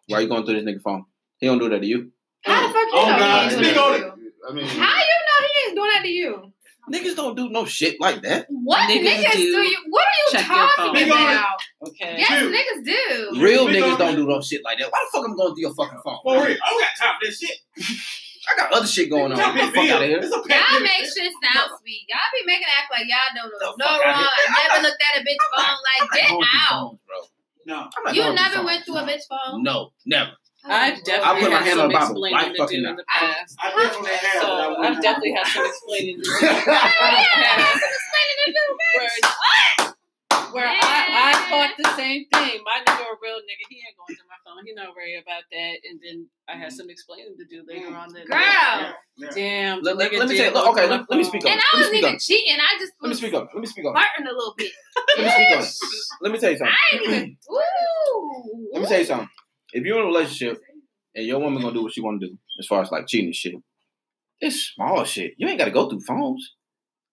Speaker 1: Why are you going through this nigga phone? He don't do that to you.
Speaker 3: How the fuck you
Speaker 6: Oh,
Speaker 3: know
Speaker 6: God.
Speaker 3: he ain't doing that to you?
Speaker 4: I mean,
Speaker 3: How you know he ain't doing that to you?
Speaker 1: Niggas don't do no shit like that.
Speaker 3: What
Speaker 5: Niggas
Speaker 3: niggas, do,
Speaker 5: do
Speaker 3: you? What are you
Speaker 5: check your phone.
Speaker 3: talking
Speaker 6: Big on it.
Speaker 3: about?
Speaker 5: Okay.
Speaker 3: Yes,
Speaker 6: Dude.
Speaker 3: niggas do.
Speaker 1: Real
Speaker 6: Big
Speaker 1: niggas
Speaker 6: on
Speaker 1: don't
Speaker 6: it.
Speaker 1: do no shit like that. Why the fuck I'm going through your fucking phone?
Speaker 6: For real. I don't got time for this shit.
Speaker 1: I got other shit going on.
Speaker 6: Drop
Speaker 1: Get the
Speaker 6: the
Speaker 1: fuck
Speaker 6: bill.
Speaker 1: out of here.
Speaker 6: It's a
Speaker 3: Y'all
Speaker 6: pet
Speaker 3: make
Speaker 6: peeve.
Speaker 3: shit sound sweet. Y'all be making it act like y'all don't know
Speaker 1: The
Speaker 3: no
Speaker 1: fuck
Speaker 3: wrong.
Speaker 1: outta here.
Speaker 3: I never looked at a bitch phone like
Speaker 1: I'm not
Speaker 3: get
Speaker 1: going through
Speaker 3: out.
Speaker 1: phones, bro.
Speaker 6: No.
Speaker 1: I'm not
Speaker 3: You
Speaker 1: going
Speaker 3: never
Speaker 1: phones.
Speaker 3: went through a bitch phone. Oh,
Speaker 1: No, never.
Speaker 5: I've
Speaker 1: I
Speaker 5: definitely
Speaker 1: put my
Speaker 5: had
Speaker 1: hand on
Speaker 5: some
Speaker 1: the Bible. Why
Speaker 5: explaining to
Speaker 1: fucking
Speaker 5: do
Speaker 1: not?
Speaker 5: in the past.
Speaker 6: I definitely have. but I
Speaker 5: So
Speaker 6: wouldn't
Speaker 5: I've definitely had some explaining to do in the
Speaker 3: Oh,
Speaker 5: past. Where, where I, I thought the same thing. My nigga a real nigga. He ain't going to my phone. He not worry about that. And then I
Speaker 1: Mm-hmm.
Speaker 5: had some explaining to do later on. That
Speaker 3: Girl.
Speaker 6: Yeah.
Speaker 5: Damn.
Speaker 1: Let-
Speaker 5: the
Speaker 1: let-
Speaker 5: nigga
Speaker 1: let me
Speaker 5: did
Speaker 1: tell you- look,
Speaker 5: go to
Speaker 1: okay,
Speaker 5: my
Speaker 1: let- let me
Speaker 5: phone.
Speaker 1: speak up.
Speaker 3: And I
Speaker 1: Let me
Speaker 3: wasn't
Speaker 1: speak
Speaker 3: even
Speaker 1: up.
Speaker 3: cheating. I just
Speaker 1: Let me
Speaker 3: was
Speaker 1: speak on it. Let me speak on it.
Speaker 3: flirting a little bit.
Speaker 1: Let me speak on it. Let me tell you something.
Speaker 3: I ain't even. Ooh.
Speaker 1: Let me tell you something. If you're in a relationship and your woman gonna do what she wanna do, as far as like cheating and shit, it's small shit. You ain't gotta go through phones.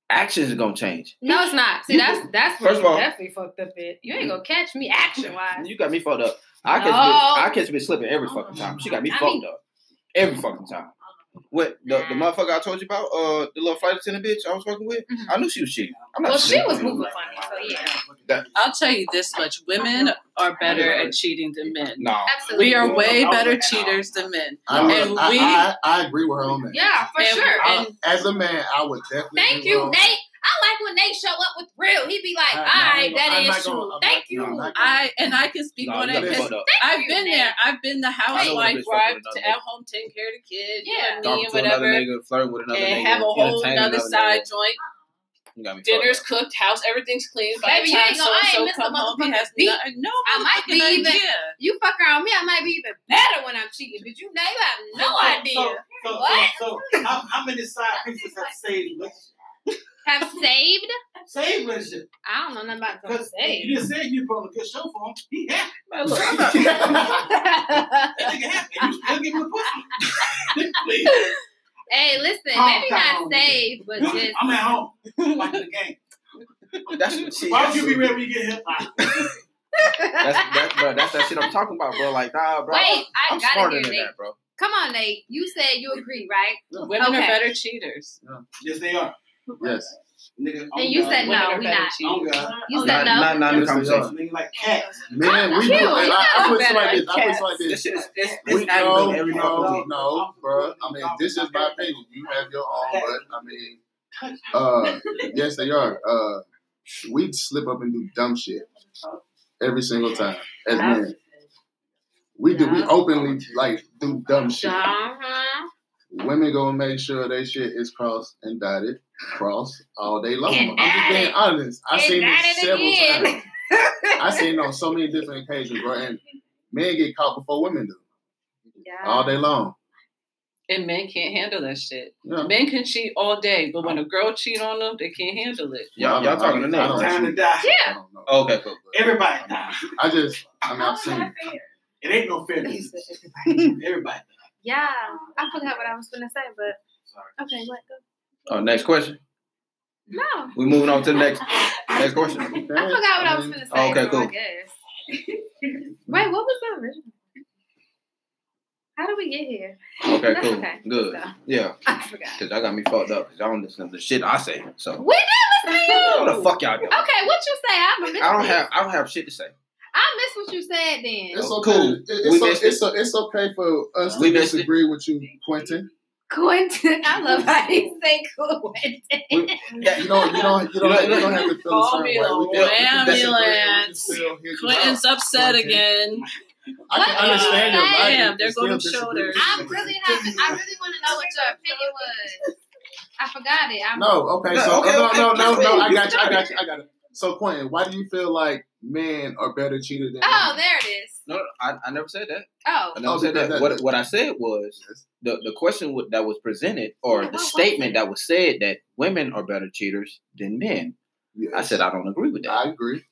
Speaker 1: Actions are gonna change.
Speaker 3: No, it's not. See, that's that's where
Speaker 1: First of
Speaker 3: you
Speaker 1: all-
Speaker 3: definitely fucked up. It you ain't gonna catch me action wise.
Speaker 1: You got me fucked up. I catch
Speaker 3: No.
Speaker 1: bitch, I catch bitch slipping every fucking time. She got me
Speaker 3: I
Speaker 1: fucked
Speaker 3: mean-
Speaker 1: up every fucking time. What the, the motherfucker I told you about, uh, the little flight attendant bitch I was fucking with,
Speaker 3: Mhm.
Speaker 1: I knew she was cheating. I'm not
Speaker 3: Well, she
Speaker 1: stupid.
Speaker 3: was moving funny, so yeah,
Speaker 5: I'll tell you this much: women are better at cheating than men.
Speaker 1: No,
Speaker 3: absolutely.
Speaker 5: We are way better cheaters than men.
Speaker 4: I, would-
Speaker 5: And
Speaker 4: I,
Speaker 5: we-
Speaker 4: I, I agree with her on that.
Speaker 3: Yeah, for
Speaker 5: And-
Speaker 3: sure.
Speaker 4: I- as a man, I would definitely.
Speaker 3: Thank
Speaker 4: agree
Speaker 3: you,
Speaker 4: with her on
Speaker 3: Nate. I like when Nate show up with real. He be like,
Speaker 4: I-
Speaker 3: "All
Speaker 4: no,
Speaker 3: right,
Speaker 4: Uh, I'm- I'm
Speaker 3: that
Speaker 4: not
Speaker 3: is
Speaker 4: gonna- I'm
Speaker 3: true.
Speaker 4: not-
Speaker 3: Thank you."
Speaker 4: no, I'm not
Speaker 5: I and I can speak
Speaker 1: no, you
Speaker 5: on it
Speaker 1: got me
Speaker 5: because
Speaker 1: fucked up.
Speaker 5: I've
Speaker 3: you,
Speaker 5: been
Speaker 3: man.
Speaker 5: there. I've been the
Speaker 1: I know
Speaker 5: housewife
Speaker 1: this
Speaker 5: where I've
Speaker 1: fucking
Speaker 5: t-
Speaker 1: another
Speaker 5: at home taking care of the kids,
Speaker 3: Yeah.
Speaker 1: Talk
Speaker 5: yeah, me
Speaker 1: to
Speaker 5: and
Speaker 1: another
Speaker 5: whatever,
Speaker 1: nigga, flirt with another
Speaker 5: and
Speaker 1: nigga,
Speaker 5: have a whole
Speaker 1: entertain
Speaker 5: nother
Speaker 1: another
Speaker 5: side
Speaker 1: nigga.
Speaker 5: joint.
Speaker 1: You got me fucked
Speaker 5: Dinner's
Speaker 1: up.
Speaker 5: cooked, house, everything's clean. By
Speaker 3: Baby,
Speaker 5: the
Speaker 3: you
Speaker 5: time
Speaker 3: ain't
Speaker 5: so
Speaker 3: gonna- I ain't
Speaker 5: so
Speaker 3: missed a
Speaker 5: come home,
Speaker 3: motherfucking
Speaker 5: he has
Speaker 3: beat.
Speaker 5: nothing. No,
Speaker 3: I might
Speaker 5: fucking
Speaker 3: be even-
Speaker 5: idea.
Speaker 3: You fuck around me, I might be even better when I'm cheating. But you, now you have no idea.
Speaker 6: So,
Speaker 3: What?
Speaker 6: so, so how, how many side pieces have saved relationship?
Speaker 3: Have saved?
Speaker 6: Saved relationship?
Speaker 3: I don't know nothing about gonna
Speaker 6: Because you just said you put on a good show for him. He happy.
Speaker 1: Man, look, I'm not-
Speaker 3: save.
Speaker 6: That nigga happy. You still give him a pussy. Please.
Speaker 3: hey, listen,
Speaker 6: Calm
Speaker 3: maybe
Speaker 6: down.
Speaker 3: not saved, but just
Speaker 6: I'm at home. Like the game.
Speaker 1: That's what shit.
Speaker 6: Why
Speaker 1: That's,
Speaker 6: would you be ready when you get hit? Like,
Speaker 1: that's, that's, bro, that's that shit I'm talking about, bro. Like, nah, bro.
Speaker 3: wait. I
Speaker 1: I'm
Speaker 3: gotta
Speaker 1: smarter
Speaker 3: hear
Speaker 1: than
Speaker 3: Nate.
Speaker 1: that, bro.
Speaker 3: Come on, Nate. You said you agree, right?
Speaker 5: Women
Speaker 3: Okay.
Speaker 5: are better cheaters.
Speaker 6: yes, they are.
Speaker 4: that. Yes.
Speaker 6: Nigga,
Speaker 3: And you said
Speaker 5: Women
Speaker 3: no.
Speaker 5: are
Speaker 3: we
Speaker 5: better
Speaker 3: not.
Speaker 6: Oh,
Speaker 5: cheaters.
Speaker 6: God.
Speaker 3: You said
Speaker 1: Not,
Speaker 3: no.
Speaker 1: not, not in the
Speaker 4: Yes, they
Speaker 1: conversation.
Speaker 6: Nigga like cat.
Speaker 4: Man, we
Speaker 3: Ew,
Speaker 4: do.
Speaker 3: you
Speaker 4: I, I
Speaker 3: gotta
Speaker 4: put it
Speaker 5: better
Speaker 4: like this. I put it
Speaker 5: at
Speaker 4: like
Speaker 1: This
Speaker 4: this.
Speaker 1: shit is it's,
Speaker 4: We
Speaker 1: it's not
Speaker 4: know,
Speaker 1: even every fucking
Speaker 4: no,
Speaker 1: week.
Speaker 4: no, bro. I mean, this is my opinion. You have your own, but I mean, uh, yes, they are. Uh, we slip up and do dumb shit every single time as men. We do. We openly like do dumb shit.
Speaker 3: Uh-huh.
Speaker 4: Women gonna make sure they shit is crossed and dotted, cross all day long.
Speaker 3: And
Speaker 4: I'm just being
Speaker 3: dotted.
Speaker 4: honest. I
Speaker 3: And
Speaker 4: seen
Speaker 3: dotted
Speaker 4: it several
Speaker 3: again.
Speaker 4: times. I seen it on so many different occasions, bro. And men get caught before women do all day long.
Speaker 5: And men can't handle that shit.
Speaker 4: Yeah.
Speaker 5: Men can cheat all day, but when a girl cheat on them, they can't handle it.
Speaker 1: Y'all, y'all talking to
Speaker 4: I
Speaker 1: Nate.
Speaker 4: don't-
Speaker 6: Time to die.
Speaker 4: I
Speaker 3: Yeah.
Speaker 4: don't know. Oh,
Speaker 1: Okay, cool.
Speaker 6: Everybody die.
Speaker 4: I just, I
Speaker 3: Oh,
Speaker 4: mean, I've seen it.
Speaker 6: It ain't no fair business. Everybody.
Speaker 3: Yeah. I forgot what I was gonna say, but
Speaker 6: Sorry.
Speaker 3: okay, what go.
Speaker 1: Oh, next question.
Speaker 3: No.
Speaker 1: We moving on to the next next question.
Speaker 3: I forgot what I was
Speaker 4: mean,
Speaker 3: gonna say.
Speaker 1: Okay,
Speaker 3: so
Speaker 1: cool.
Speaker 3: I guess. Wait, what was the original? How did we get here?
Speaker 1: Okay,
Speaker 3: That's
Speaker 1: cool.
Speaker 3: okay.
Speaker 1: Good.
Speaker 3: So,
Speaker 1: Yeah,
Speaker 3: I forgot.
Speaker 1: because y'all got me fucked up because y'all don't listen to the shit I say. So
Speaker 3: We did listen to you.
Speaker 1: what the fuck y'all doing?
Speaker 3: Okay, what you say? I missed.
Speaker 1: I don't have I don't have shit to say.
Speaker 3: I missed what you said then.
Speaker 4: It's
Speaker 1: Oh,
Speaker 4: okay.
Speaker 1: cool.
Speaker 4: It-
Speaker 1: We
Speaker 4: It's,
Speaker 1: missed
Speaker 4: o- it's, o- it's okay for us
Speaker 1: We
Speaker 4: to
Speaker 1: missed it.
Speaker 4: disagree with you, Quentin.
Speaker 3: Quentin. I love how you say Quentin.
Speaker 4: You don't, you don't, you
Speaker 1: You know-
Speaker 4: don't, you don't have to feel a
Speaker 5: Call
Speaker 4: certain
Speaker 5: me
Speaker 4: way.
Speaker 5: a
Speaker 4: We can- we can disagree and we can
Speaker 5: whamulance.
Speaker 4: still hear you
Speaker 5: Clinton's
Speaker 4: out.
Speaker 5: upset
Speaker 4: Okay. I
Speaker 5: again.
Speaker 4: can
Speaker 3: What you
Speaker 4: understand your
Speaker 3: saying?
Speaker 4: logic.
Speaker 5: Damn,
Speaker 4: and
Speaker 5: there go
Speaker 4: still
Speaker 5: them
Speaker 4: disagree
Speaker 5: shoulders.
Speaker 4: with
Speaker 3: I
Speaker 4: you.
Speaker 3: really haven't. I really want to know what your opinion was. I forgot it. I'm,
Speaker 4: No, okay,
Speaker 1: No,
Speaker 4: so
Speaker 1: okay,
Speaker 4: no,
Speaker 1: okay,
Speaker 4: no, no,
Speaker 1: just
Speaker 4: no,
Speaker 1: wait.
Speaker 4: I got you, I got you, I got it. So Quentin, why do you feel like men are better cheated than
Speaker 3: Oh,
Speaker 4: women?
Speaker 3: there it is.
Speaker 1: No, no, I, I never said that.
Speaker 3: Oh,
Speaker 1: I never
Speaker 4: Oh,
Speaker 1: said
Speaker 4: because
Speaker 1: that.
Speaker 4: that-
Speaker 1: What what I said was the the question w- that was presented or
Speaker 3: Yeah, what
Speaker 1: the
Speaker 3: was
Speaker 1: statement
Speaker 3: it?
Speaker 1: that was said that women are better cheaters than men.
Speaker 4: Yes.
Speaker 1: I said I don't agree with that.
Speaker 4: I agree.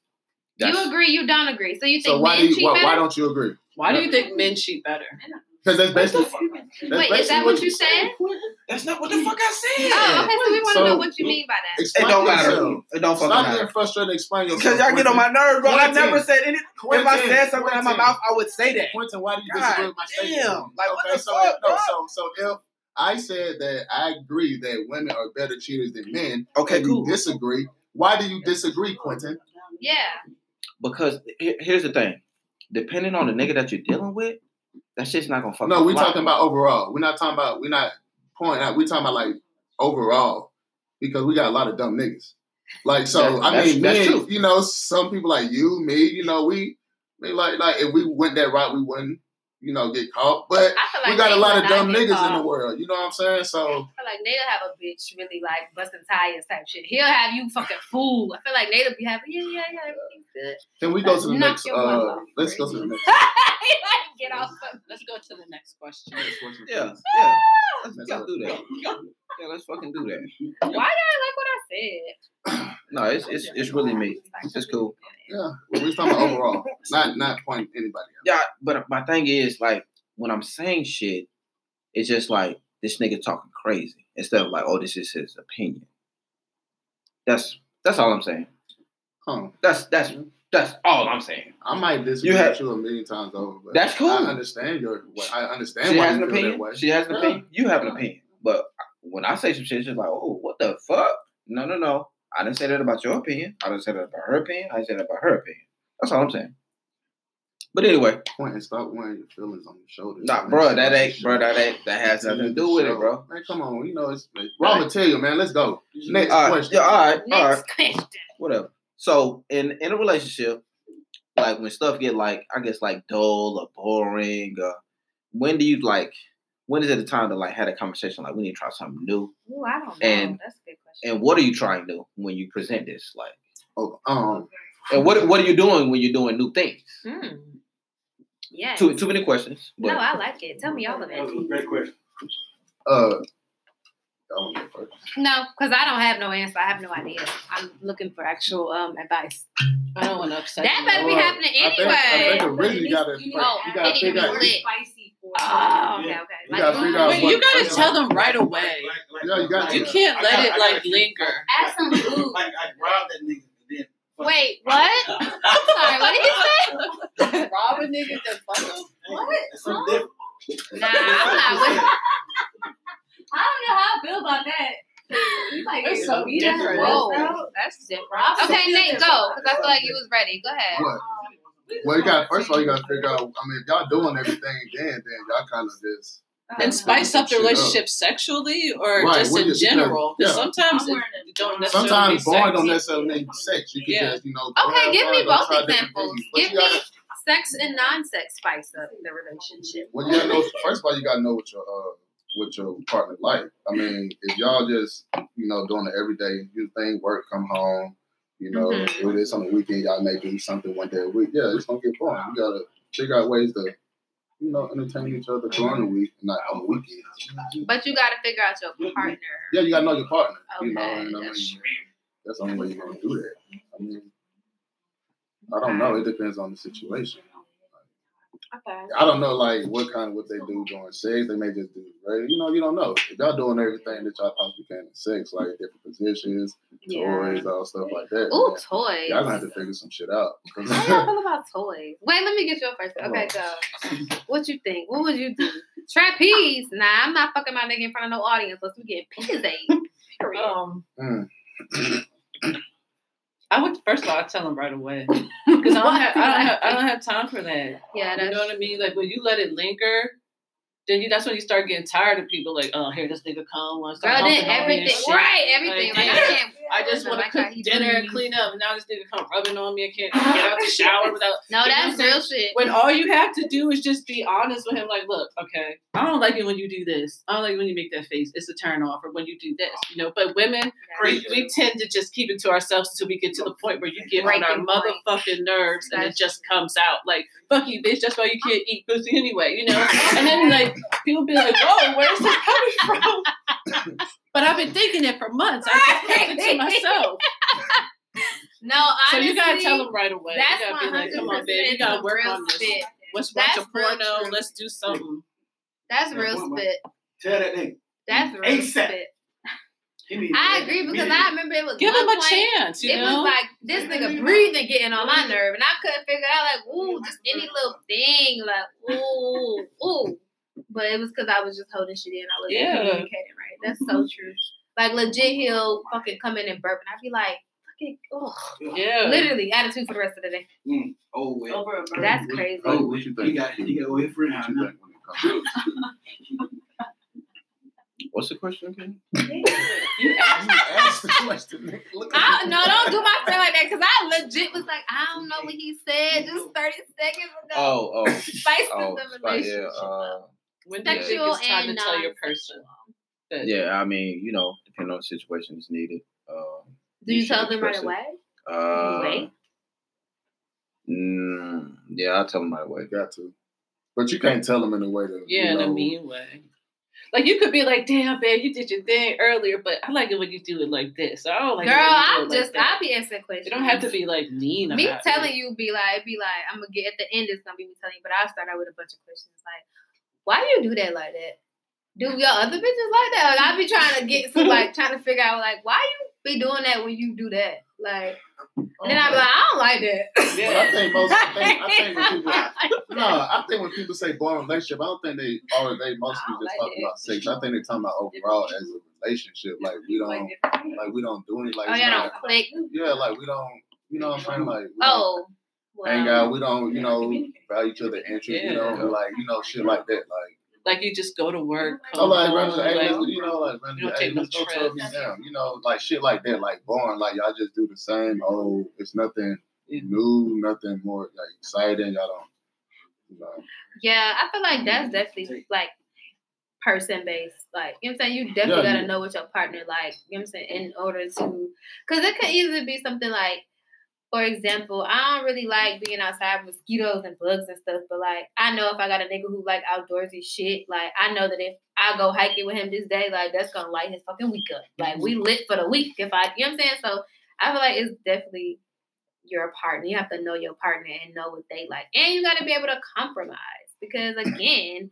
Speaker 1: That's-
Speaker 3: you agree, you don't agree. So you think
Speaker 4: So why do
Speaker 3: men cheat
Speaker 4: you why,
Speaker 3: better?
Speaker 4: why don't you agree?
Speaker 5: Why do you think men cheat better?
Speaker 4: Because that's basically
Speaker 3: Wait,
Speaker 4: that's
Speaker 3: is that
Speaker 4: basically
Speaker 3: what you said?
Speaker 6: That's not what the fuck I said.
Speaker 3: Oh, okay. So we want to
Speaker 4: So-
Speaker 3: know what you mean by that.
Speaker 1: It
Speaker 4: Explain
Speaker 1: don't matter.
Speaker 4: yourself.
Speaker 1: It don't fucking
Speaker 4: Stop
Speaker 1: matter.
Speaker 4: getting frustrated. and Explain yourself.
Speaker 1: Because y'all get on my nerves, bro. I never said anything. If I
Speaker 4: Quentin,
Speaker 1: said something out of my
Speaker 4: Quentin.
Speaker 1: mouth, I would say that.
Speaker 4: Quentin, why do you
Speaker 1: God
Speaker 4: disagree with my statement?
Speaker 1: damn. Like, what the
Speaker 4: so,
Speaker 1: fuck,
Speaker 4: no,
Speaker 1: bro?
Speaker 4: so so if I said that I agree that women are better cheaters than men,
Speaker 1: Okay,
Speaker 4: and you
Speaker 1: cool.
Speaker 4: disagree, why do you disagree, Quentin?
Speaker 3: Yeah.
Speaker 1: Because he- here's the thing. Depending on the nigga that you're dealing with, that shit's not gonna fucking
Speaker 4: No, we're
Speaker 1: fly.
Speaker 4: talking about overall. We're not talking about we're not pointing out, we're talking about like overall. Because we got a lot of dumb niggas. Like so
Speaker 1: That-
Speaker 4: I
Speaker 1: that's-
Speaker 4: mean
Speaker 1: that's
Speaker 4: men,
Speaker 1: true.
Speaker 4: you know, some people like you, me, you know, we we like like if we went that route we wouldn't, you know, get caught. But
Speaker 3: I feel like
Speaker 4: we got a
Speaker 3: they
Speaker 4: lot of
Speaker 3: would
Speaker 4: dumb
Speaker 3: not get
Speaker 4: niggas in the
Speaker 3: caught.
Speaker 4: world. You know what I'm saying? So
Speaker 3: I feel like Nate'll have a bitch really like busting tires type shit. He'll have you fucking fool. I feel like Nate'll be happy. Yeah, yeah, yeah. Everything's good.
Speaker 4: Can we go to the
Speaker 3: Knock
Speaker 4: next?
Speaker 3: your mama
Speaker 4: Uh,
Speaker 3: off,
Speaker 4: let's go to the next.
Speaker 3: He like, get off. of-
Speaker 5: Let's go to the next question.
Speaker 4: next question,
Speaker 1: Yeah,
Speaker 4: please.
Speaker 1: yeah. Let's
Speaker 4: That's
Speaker 1: fucking
Speaker 4: it.
Speaker 1: do that. Yeah, let's fucking do that.
Speaker 3: Why y'all like what I said?
Speaker 1: No, it's it's it's really me. It's cool.
Speaker 4: Yeah, we're just talking about overall, not not point anybody.
Speaker 1: Yeah, but my thing is like when I'm saying shit, it's just like this nigga talking crazy instead of like, oh, this is his opinion. That's that's all I'm saying.
Speaker 4: Huh.
Speaker 1: That's that's that's all I'm saying.
Speaker 4: I might disagree
Speaker 1: You had-
Speaker 4: with you a million times over, but
Speaker 1: That's cool.
Speaker 4: I understand your. what- I understand
Speaker 1: She
Speaker 4: why
Speaker 1: has
Speaker 4: you
Speaker 1: an
Speaker 4: feel that
Speaker 1: opinion.
Speaker 4: way.
Speaker 1: She has an
Speaker 4: Yeah.
Speaker 1: opinion. You have an
Speaker 4: Yeah.
Speaker 1: opinion. But when I say some shit, it's just like, oh, what the fuck? No, no, no. I didn't say that about your opinion. I didn't say that about her opinion. I said that about her opinion. That's all I'm saying. But anyway,
Speaker 4: Point and stop wearing your feelings on your shoulders.
Speaker 1: nah,
Speaker 4: Man,
Speaker 1: bro,
Speaker 4: shut
Speaker 1: that
Speaker 4: the
Speaker 1: ain't,
Speaker 4: shit.
Speaker 1: bro, that ain't, that has nothing to do with it, bro.
Speaker 4: Man, come on, you know it's it's raw material, man. Let's go. Next
Speaker 1: All right,
Speaker 4: question.
Speaker 1: yeah, all right, all right.
Speaker 3: Next question.
Speaker 1: whatever. So in in a relationship, like when stuff get like I guess like dull or boring, uh, when do you like when is it the time to like have a conversation like we need to try something new?
Speaker 3: Ooh, I don't know.
Speaker 1: And-
Speaker 3: That's a good question.
Speaker 1: And what are you trying to when you present this? Like
Speaker 4: Oh, um,
Speaker 1: and what what are you doing when you're doing new things?
Speaker 5: Hmm.
Speaker 3: yeah.
Speaker 1: Too too many questions. But
Speaker 3: No, I like it. Tell me all of
Speaker 6: That was
Speaker 3: it.
Speaker 6: a great question.
Speaker 4: uh, I want to go first.
Speaker 3: No, because I don't have no answer. I have no idea. I'm looking for actual um advice.
Speaker 5: I don't want to upset
Speaker 3: That
Speaker 5: you.
Speaker 3: better be
Speaker 4: Lord.
Speaker 3: happening
Speaker 4: I think- I
Speaker 3: anyway.
Speaker 4: think originally you gotta-
Speaker 7: you
Speaker 3: oh,
Speaker 7: gotta
Speaker 3: it need to
Speaker 7: figure
Speaker 3: be
Speaker 7: out-
Speaker 3: lit.
Speaker 7: spicy for
Speaker 3: Oh, okay, okay.
Speaker 4: You gotta
Speaker 3: Like,
Speaker 4: figure out
Speaker 5: Wait,
Speaker 4: what-
Speaker 5: you gotta tell them right away.
Speaker 6: Like, like,
Speaker 4: Yeah, you got
Speaker 6: like,
Speaker 4: to.
Speaker 5: You can't
Speaker 6: I
Speaker 5: let
Speaker 6: got-
Speaker 5: it
Speaker 6: I
Speaker 5: like
Speaker 6: got you.
Speaker 5: linger.
Speaker 7: Add some food.
Speaker 6: Like I robbed that nigga. and then-
Speaker 3: wait, what? I'm sorry, what did he say?
Speaker 5: Rob a nigga that fuck him?
Speaker 6: That's something different.
Speaker 3: Nah, I'm not with
Speaker 7: I don't know how I feel about that. You like
Speaker 5: It's so
Speaker 7: beat
Speaker 5: different.
Speaker 7: that
Speaker 3: Whoa,
Speaker 7: roll.
Speaker 3: that's different.
Speaker 7: Rob-
Speaker 3: Okay, Nate, go because I feel like you was ready. Go ahead.
Speaker 4: What? Well, you got first of all, you got to figure out. I mean, if y'all doing everything, then then y'all kind of just
Speaker 5: And spice up the
Speaker 4: Shit up.
Speaker 5: relationship sexually or
Speaker 4: Right,
Speaker 5: just
Speaker 4: what
Speaker 5: in
Speaker 4: is-
Speaker 5: general? 'Cause
Speaker 4: yeah.
Speaker 5: sometimes
Speaker 7: I'm
Speaker 5: it
Speaker 7: wearing a-
Speaker 5: don't necessarily
Speaker 4: sometimes
Speaker 5: be
Speaker 4: born don't
Speaker 5: sexy.
Speaker 4: necessarily mean sex. You can
Speaker 5: Yeah.
Speaker 4: just you know.
Speaker 3: Okay,
Speaker 4: grab
Speaker 3: give me
Speaker 4: one, go
Speaker 3: both
Speaker 4: try different
Speaker 3: examples.
Speaker 4: things. But
Speaker 3: Give
Speaker 4: you gotta-
Speaker 3: me sex and non-sex spice up the relationship.
Speaker 4: Well, you gotta know. First of all, you gotta know what your uh, what your partner like. I mean, if y'all just you know doing the everyday you thing, work, come home, you know,
Speaker 3: Mhm.
Speaker 4: do this on the weekend. Y'all may do something one day a week. Yeah, it's gonna get boring. You gotta figure out ways to you know entertain each other during the week, not on the weekends.
Speaker 3: But you got to figure out your partner.
Speaker 4: Yeah, you gotta know your partner. You know,
Speaker 3: Okay,
Speaker 4: and I mean,
Speaker 3: that's true.
Speaker 4: that's the only way you're gonna do that. I mean, I don't know. It depends on the situation.
Speaker 3: Okay.
Speaker 4: I don't know, like what kind of what they do during sex. They may just do, right? You know, you don't know. If y'all doing everything that y'all possibly can in sex, like different positions,
Speaker 3: Yeah.
Speaker 4: toys, all stuff like that.
Speaker 3: Ooh,
Speaker 4: man,
Speaker 3: toys.
Speaker 4: y'all gonna have to figure some shit out.
Speaker 3: How y'all feel about toys? Wait, let me get your first. Okay, go. What you think? What would you do? Trapeze? Nah, I'm not fucking my nigga in front of no audience unless we get pizzy. Period.
Speaker 5: Um,
Speaker 4: Mm.
Speaker 5: I would first of all I tell them right away because I don't have I don't have I don't have time for that.
Speaker 3: yeah,
Speaker 5: You
Speaker 3: that's
Speaker 5: know what I mean? Like when you let it linger, then you that's when you start getting tired of people. Like oh here this nigga come wants to
Speaker 3: girl.
Speaker 5: hump
Speaker 3: Then
Speaker 5: it on me and
Speaker 3: everything,
Speaker 5: shit.
Speaker 3: right? Everything. Like,
Speaker 5: Like,
Speaker 3: I can't.
Speaker 5: I just want to
Speaker 3: Like how
Speaker 5: cook
Speaker 3: he
Speaker 5: dinner and
Speaker 3: breathes.
Speaker 5: clean up. Now this nigga come rubbing on me. I can't get out the shower without.
Speaker 3: No,
Speaker 5: You know
Speaker 3: that's
Speaker 5: what I'm
Speaker 3: real shit.
Speaker 5: When all you have to do is just be honest with him. Like, look, okay, I don't like it when you do this. I don't like it when you make that face. It's a turn off, or when you do this. You know, but women we, we tend to just keep it to ourselves until we get to the point where you get on our
Speaker 3: Breaking point.
Speaker 5: motherfucking nerves and it just comes out like fuck you bitch that's why you can't eat pussy anyway you know and then like people be like whoa where's this coming from but I've been thinking it for months I just kept it to myself
Speaker 3: No, honestly,
Speaker 5: so you gotta tell them right away.
Speaker 3: that's
Speaker 5: you gotta be
Speaker 3: one
Speaker 5: like,
Speaker 3: hundred
Speaker 5: come on,
Speaker 3: percent
Speaker 5: babe, you gotta work
Speaker 3: real
Speaker 5: on this.
Speaker 3: spit.
Speaker 5: Let's watch
Speaker 3: That's
Speaker 5: a
Speaker 3: real
Speaker 5: porno.
Speaker 3: true.
Speaker 5: Let's do something.
Speaker 3: That's
Speaker 6: Yeah,
Speaker 3: real
Speaker 6: one- one.
Speaker 3: spit.
Speaker 6: Tell that nigga.
Speaker 3: That's real
Speaker 6: ASAP.
Speaker 3: spit.
Speaker 6: He need
Speaker 3: I
Speaker 6: to-
Speaker 3: agree because
Speaker 6: Yeah.
Speaker 3: I remember it was
Speaker 5: Give
Speaker 3: one
Speaker 5: them a
Speaker 3: point,
Speaker 5: chance, you
Speaker 3: it
Speaker 5: know. Mm-hmm.
Speaker 3: was like this nigga breathing getting on my nerve, and I couldn't figure out like, ooh, just any
Speaker 5: Mm-hmm.
Speaker 3: little thing, like ooh, ooh. But it was because I was just holding shit in. I wasn't
Speaker 5: Yeah. Mm-hmm.
Speaker 3: communicating right. That's so true. Like legit, he'll fucking come in and burp, and I'd be like, fucking, oh,
Speaker 5: yeah.
Speaker 3: literally attitude for the rest of the day.
Speaker 6: Oh, well.
Speaker 7: Over a bird.
Speaker 3: That's crazy.
Speaker 4: Oh, what you think?
Speaker 6: You got- you got away from
Speaker 4: What
Speaker 6: him,
Speaker 4: you think when it comes?
Speaker 1: What's the question again?
Speaker 5: You asked-
Speaker 4: You asked the question. nigga. Look at
Speaker 3: I,
Speaker 4: you.
Speaker 3: no, don't do my friend like that because I legit was like, I don't know what he said just thirty seconds ago.
Speaker 1: Oh, oh,
Speaker 3: Spice
Speaker 1: oh,
Speaker 3: them
Speaker 1: but yeah, uh,
Speaker 5: When do you think
Speaker 3: Sexual
Speaker 5: it's time to
Speaker 3: and uh,
Speaker 5: tell your
Speaker 3: non-sexual.
Speaker 5: person? That,
Speaker 1: yeah. I mean, you know, depending on the situation, it's needed. Uh,
Speaker 3: Do you tell
Speaker 1: should
Speaker 3: them right
Speaker 1: express it.
Speaker 3: away?
Speaker 1: Uh,
Speaker 3: Wait.
Speaker 1: mm, yeah, I'll tell them right away.
Speaker 4: You got to. But you can't tell them in a way that
Speaker 5: Yeah,
Speaker 4: you
Speaker 5: in
Speaker 4: know,
Speaker 5: a mean way. Like you could be like, "Damn, babe, you did your thing earlier, but I like it when you do it like this. I don't like
Speaker 3: Girl,
Speaker 5: it when you do it
Speaker 3: I'm
Speaker 5: like
Speaker 3: just,
Speaker 5: that."
Speaker 3: I'll be asking questions.
Speaker 5: You don't have to be like mean.
Speaker 3: Me
Speaker 5: about
Speaker 3: telling
Speaker 5: it.
Speaker 3: you be like, be like, I'm gonna get at the end. It's gonna be me telling you, but I'll start out with a bunch of questions like, why do you do that like that? Do your other bitches like that? Like, I'll be trying to get some, like, trying to figure out, like, why you be doing that when you do that? Like,
Speaker 4: oh,
Speaker 3: and then I'm like, I don't like that.
Speaker 4: But I think most. I think, I think when people. No, I think when people say boring relationship, I don't think they are. They mostly just
Speaker 3: Oh, like
Speaker 4: talking
Speaker 3: it.
Speaker 4: about sex. I think they're talking about overall as a relationship. Like we don't. Like we don't do any. Like
Speaker 3: oh,
Speaker 4: it's
Speaker 3: yeah,
Speaker 4: not-
Speaker 3: don't click.
Speaker 4: Yeah, like we don't, you know what I'm saying? Like, we don't
Speaker 3: Oh, well,
Speaker 4: hang out, we don't, you know, value each other interests, you know,
Speaker 1: Yeah.
Speaker 4: like, you know, shit like that. Like,
Speaker 5: like you just go to work.
Speaker 4: oh,
Speaker 7: Oh,
Speaker 5: come
Speaker 4: like,
Speaker 5: home,
Speaker 4: brother, hey,
Speaker 5: like,
Speaker 4: let's- you know, like, brother,
Speaker 5: You don't
Speaker 4: hey,
Speaker 5: take
Speaker 4: let's
Speaker 5: no
Speaker 4: go tell me
Speaker 5: trips.
Speaker 4: down, you know, like shit like that, like boring, like y'all just do the same. Oh, it's nothing
Speaker 5: Yeah.
Speaker 4: new, nothing more like exciting. Y'all don't, you know,
Speaker 3: yeah, I feel like that's definitely, like, person based. Like, you know what I'm saying? You definitely
Speaker 4: Yeah,
Speaker 3: gotta
Speaker 4: you-
Speaker 3: know what your partner like, you know what I'm saying, in order to because it could easily be something like, for example, I don't really like being outside with mosquitoes and bugs and stuff, but like I know if I got a nigga who like outdoorsy shit, like I know that if I go hiking with him this day, like that's gonna light his fucking week up. Like we
Speaker 4: Mm-hmm.
Speaker 3: lit for the week if I you know what I'm saying? So I feel like it's definitely your partner. You have to know your partner and know what they like. And you gotta be able to compromise because again,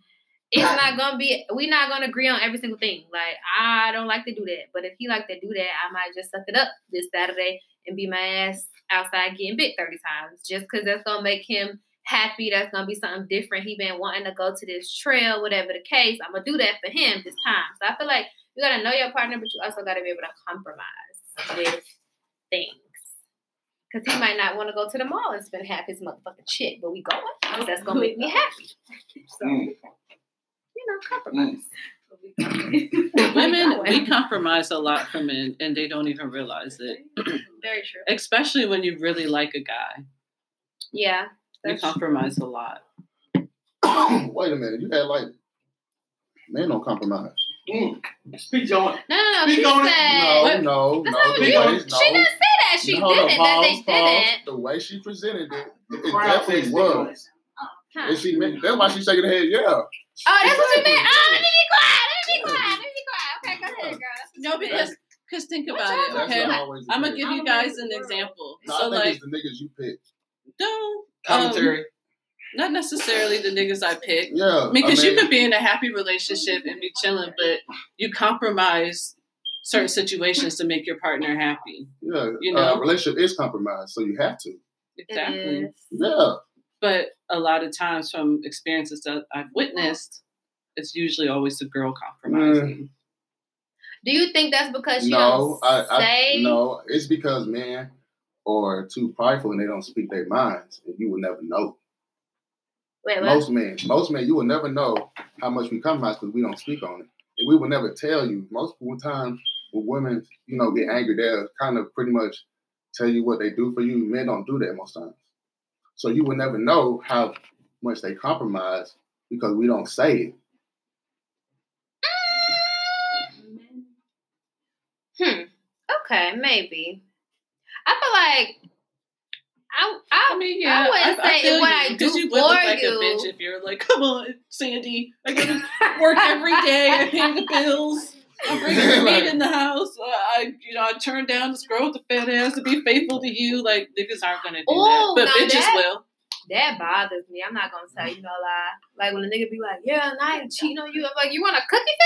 Speaker 3: it's not gonna be we're not gonna agree on every single thing. Like I don't like to do that. But if he like to do that, I might just suck it up this Saturday and be my ass outside getting bit 30 times. Just cause that's gonna make him happy. That's gonna be something different. He been wanting to go to this trail, whatever the case. I'm gonna do that for him this time. So I feel like you gotta know your partner, but you also gotta be able to compromise with things. Cause he might not want to go to the mall and spend half his motherfucking shit, but we going. 'cause That's gonna make me happy. So
Speaker 6: Mm.
Speaker 3: you know, compromise.
Speaker 5: Women, we compromise a lot for men, and they don't even realize it.
Speaker 3: Very true.
Speaker 5: Especially when you really like a guy,
Speaker 3: Yeah.
Speaker 5: we
Speaker 3: That's
Speaker 5: compromise a lot.
Speaker 4: wait a minute, you had like, men don't compromise.
Speaker 6: Mm. Speak your own.
Speaker 3: No, no, no.
Speaker 6: Speak
Speaker 3: She
Speaker 6: on it.
Speaker 3: said
Speaker 4: No, no, no,
Speaker 3: Eh, That's not
Speaker 6: what you-
Speaker 4: because no.
Speaker 3: she didn't say that. She
Speaker 4: Hold on,
Speaker 3: didn't. That they
Speaker 4: pause, pause.
Speaker 3: didn't.
Speaker 4: The way she presented it,
Speaker 6: The
Speaker 4: it
Speaker 6: crowd says
Speaker 4: definitely
Speaker 6: speak on it.
Speaker 4: was.
Speaker 3: Oh, Huh.
Speaker 4: And she meant, that's why she's shaking her head, yeah.
Speaker 3: Oh, that's what you
Speaker 4: Exactly.
Speaker 3: meant. Oh, let me be quiet. Let me be quiet. Let me be quiet. Okay, go ahead, girl. That's what
Speaker 5: No,
Speaker 3: you meant.
Speaker 5: because because think
Speaker 3: What
Speaker 5: about
Speaker 3: y'all
Speaker 5: it.
Speaker 3: talking
Speaker 5: Okay,
Speaker 3: about?
Speaker 5: I'm gonna give you guys an example.
Speaker 4: No, I
Speaker 5: So
Speaker 4: think
Speaker 5: like,
Speaker 4: it's the niggas you pick.
Speaker 5: no, um,
Speaker 6: Commentary.
Speaker 5: not necessarily the niggas I pick.
Speaker 4: Yeah,
Speaker 5: Because
Speaker 4: I mean,
Speaker 5: you could be in a happy relationship and be chilling, but you compromise certain situations to make your partner happy.
Speaker 4: yeah,
Speaker 5: you
Speaker 4: uh,
Speaker 5: know.
Speaker 4: relationship is compromised, so you have to.
Speaker 5: Exactly.
Speaker 3: It is.
Speaker 4: Yeah,
Speaker 5: But a lot of times, from experiences that I've witnessed, it's usually always the
Speaker 4: Mm.
Speaker 5: girl compromising.
Speaker 3: Do you think that's because she
Speaker 4: no, I,
Speaker 3: don't
Speaker 4: I
Speaker 3: say?
Speaker 4: no, it's because men are too prideful and they don't speak their minds, and you will never know.
Speaker 3: Wait, what?
Speaker 4: Most men, most men, you will never know how much we compromise because we don't speak on it, and we will never tell you. Most of the time, when women, you know, get angry, they'll kind of pretty much tell you what they do for you. Men don't do that most times, so you will never know how much they compromise because we don't say it.
Speaker 3: Hmm. Okay, maybe. I feel like I I
Speaker 5: I
Speaker 3: I
Speaker 5: mean, yeah,
Speaker 3: wouldn't say
Speaker 5: feel
Speaker 3: what
Speaker 5: you,
Speaker 3: I
Speaker 5: 'cause
Speaker 3: do
Speaker 5: you would look
Speaker 3: for
Speaker 5: like
Speaker 3: you.
Speaker 5: a bitch if you're like, "Come on, Sandy, I gotta work every day. I pay the bills." I'm bringing
Speaker 4: Like-
Speaker 5: meat in the house. Uh, I, you know, I turned down this girl with the fat ass to be faithful to you. Like niggas aren't gonna do that,
Speaker 3: Ooh,
Speaker 5: but
Speaker 3: now
Speaker 5: bitches
Speaker 3: that-
Speaker 5: will.
Speaker 3: That bothers me. I'm not gonna tell you no lie. Like when a nigga be like, "Yeah, and I ain't cheating on you," I'm like, "You want a cookie for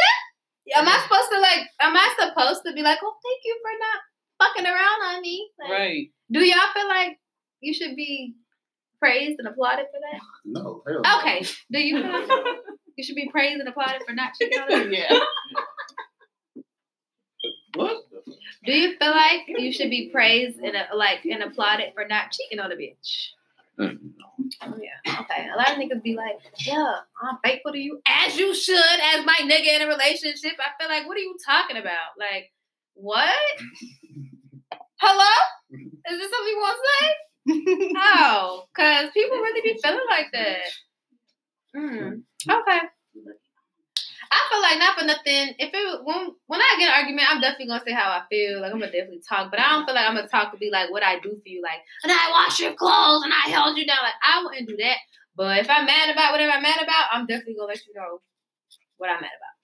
Speaker 3: that? Am I supposed to like? Am I supposed to be like, oh, thank you for not fucking around on me? Like,
Speaker 5: Right?
Speaker 3: Do y'all feel like you should be praised and applauded for that?
Speaker 4: No, hell. no.
Speaker 3: Okay. Do you feel like you should be praised and applauded for not cheating on me?
Speaker 5: yeah.
Speaker 6: What?
Speaker 3: Do you feel like you should be praised and uh, like and applauded for not cheating on a bitch?
Speaker 1: Mm.
Speaker 3: Oh yeah. Okay. A lot of niggas be like, yeah, I'm faithful to you as you should, as my nigga in a relationship. I feel like, what are you talking about? Like, what? Hello? Is this something you want to say? oh, because people really be feeling like that. Hmm. Okay. I feel like not for nothing. If it when when I get in an argument, I'm definitely gonna say how I feel. Like I'm gonna definitely talk, but I don't feel like I'm gonna talk to be like what I do for you. Like and I wash your clothes and I held you down. Like I wouldn't do that. But if I'm mad about whatever I'm mad about, I'm definitely gonna let you know what I'm mad about.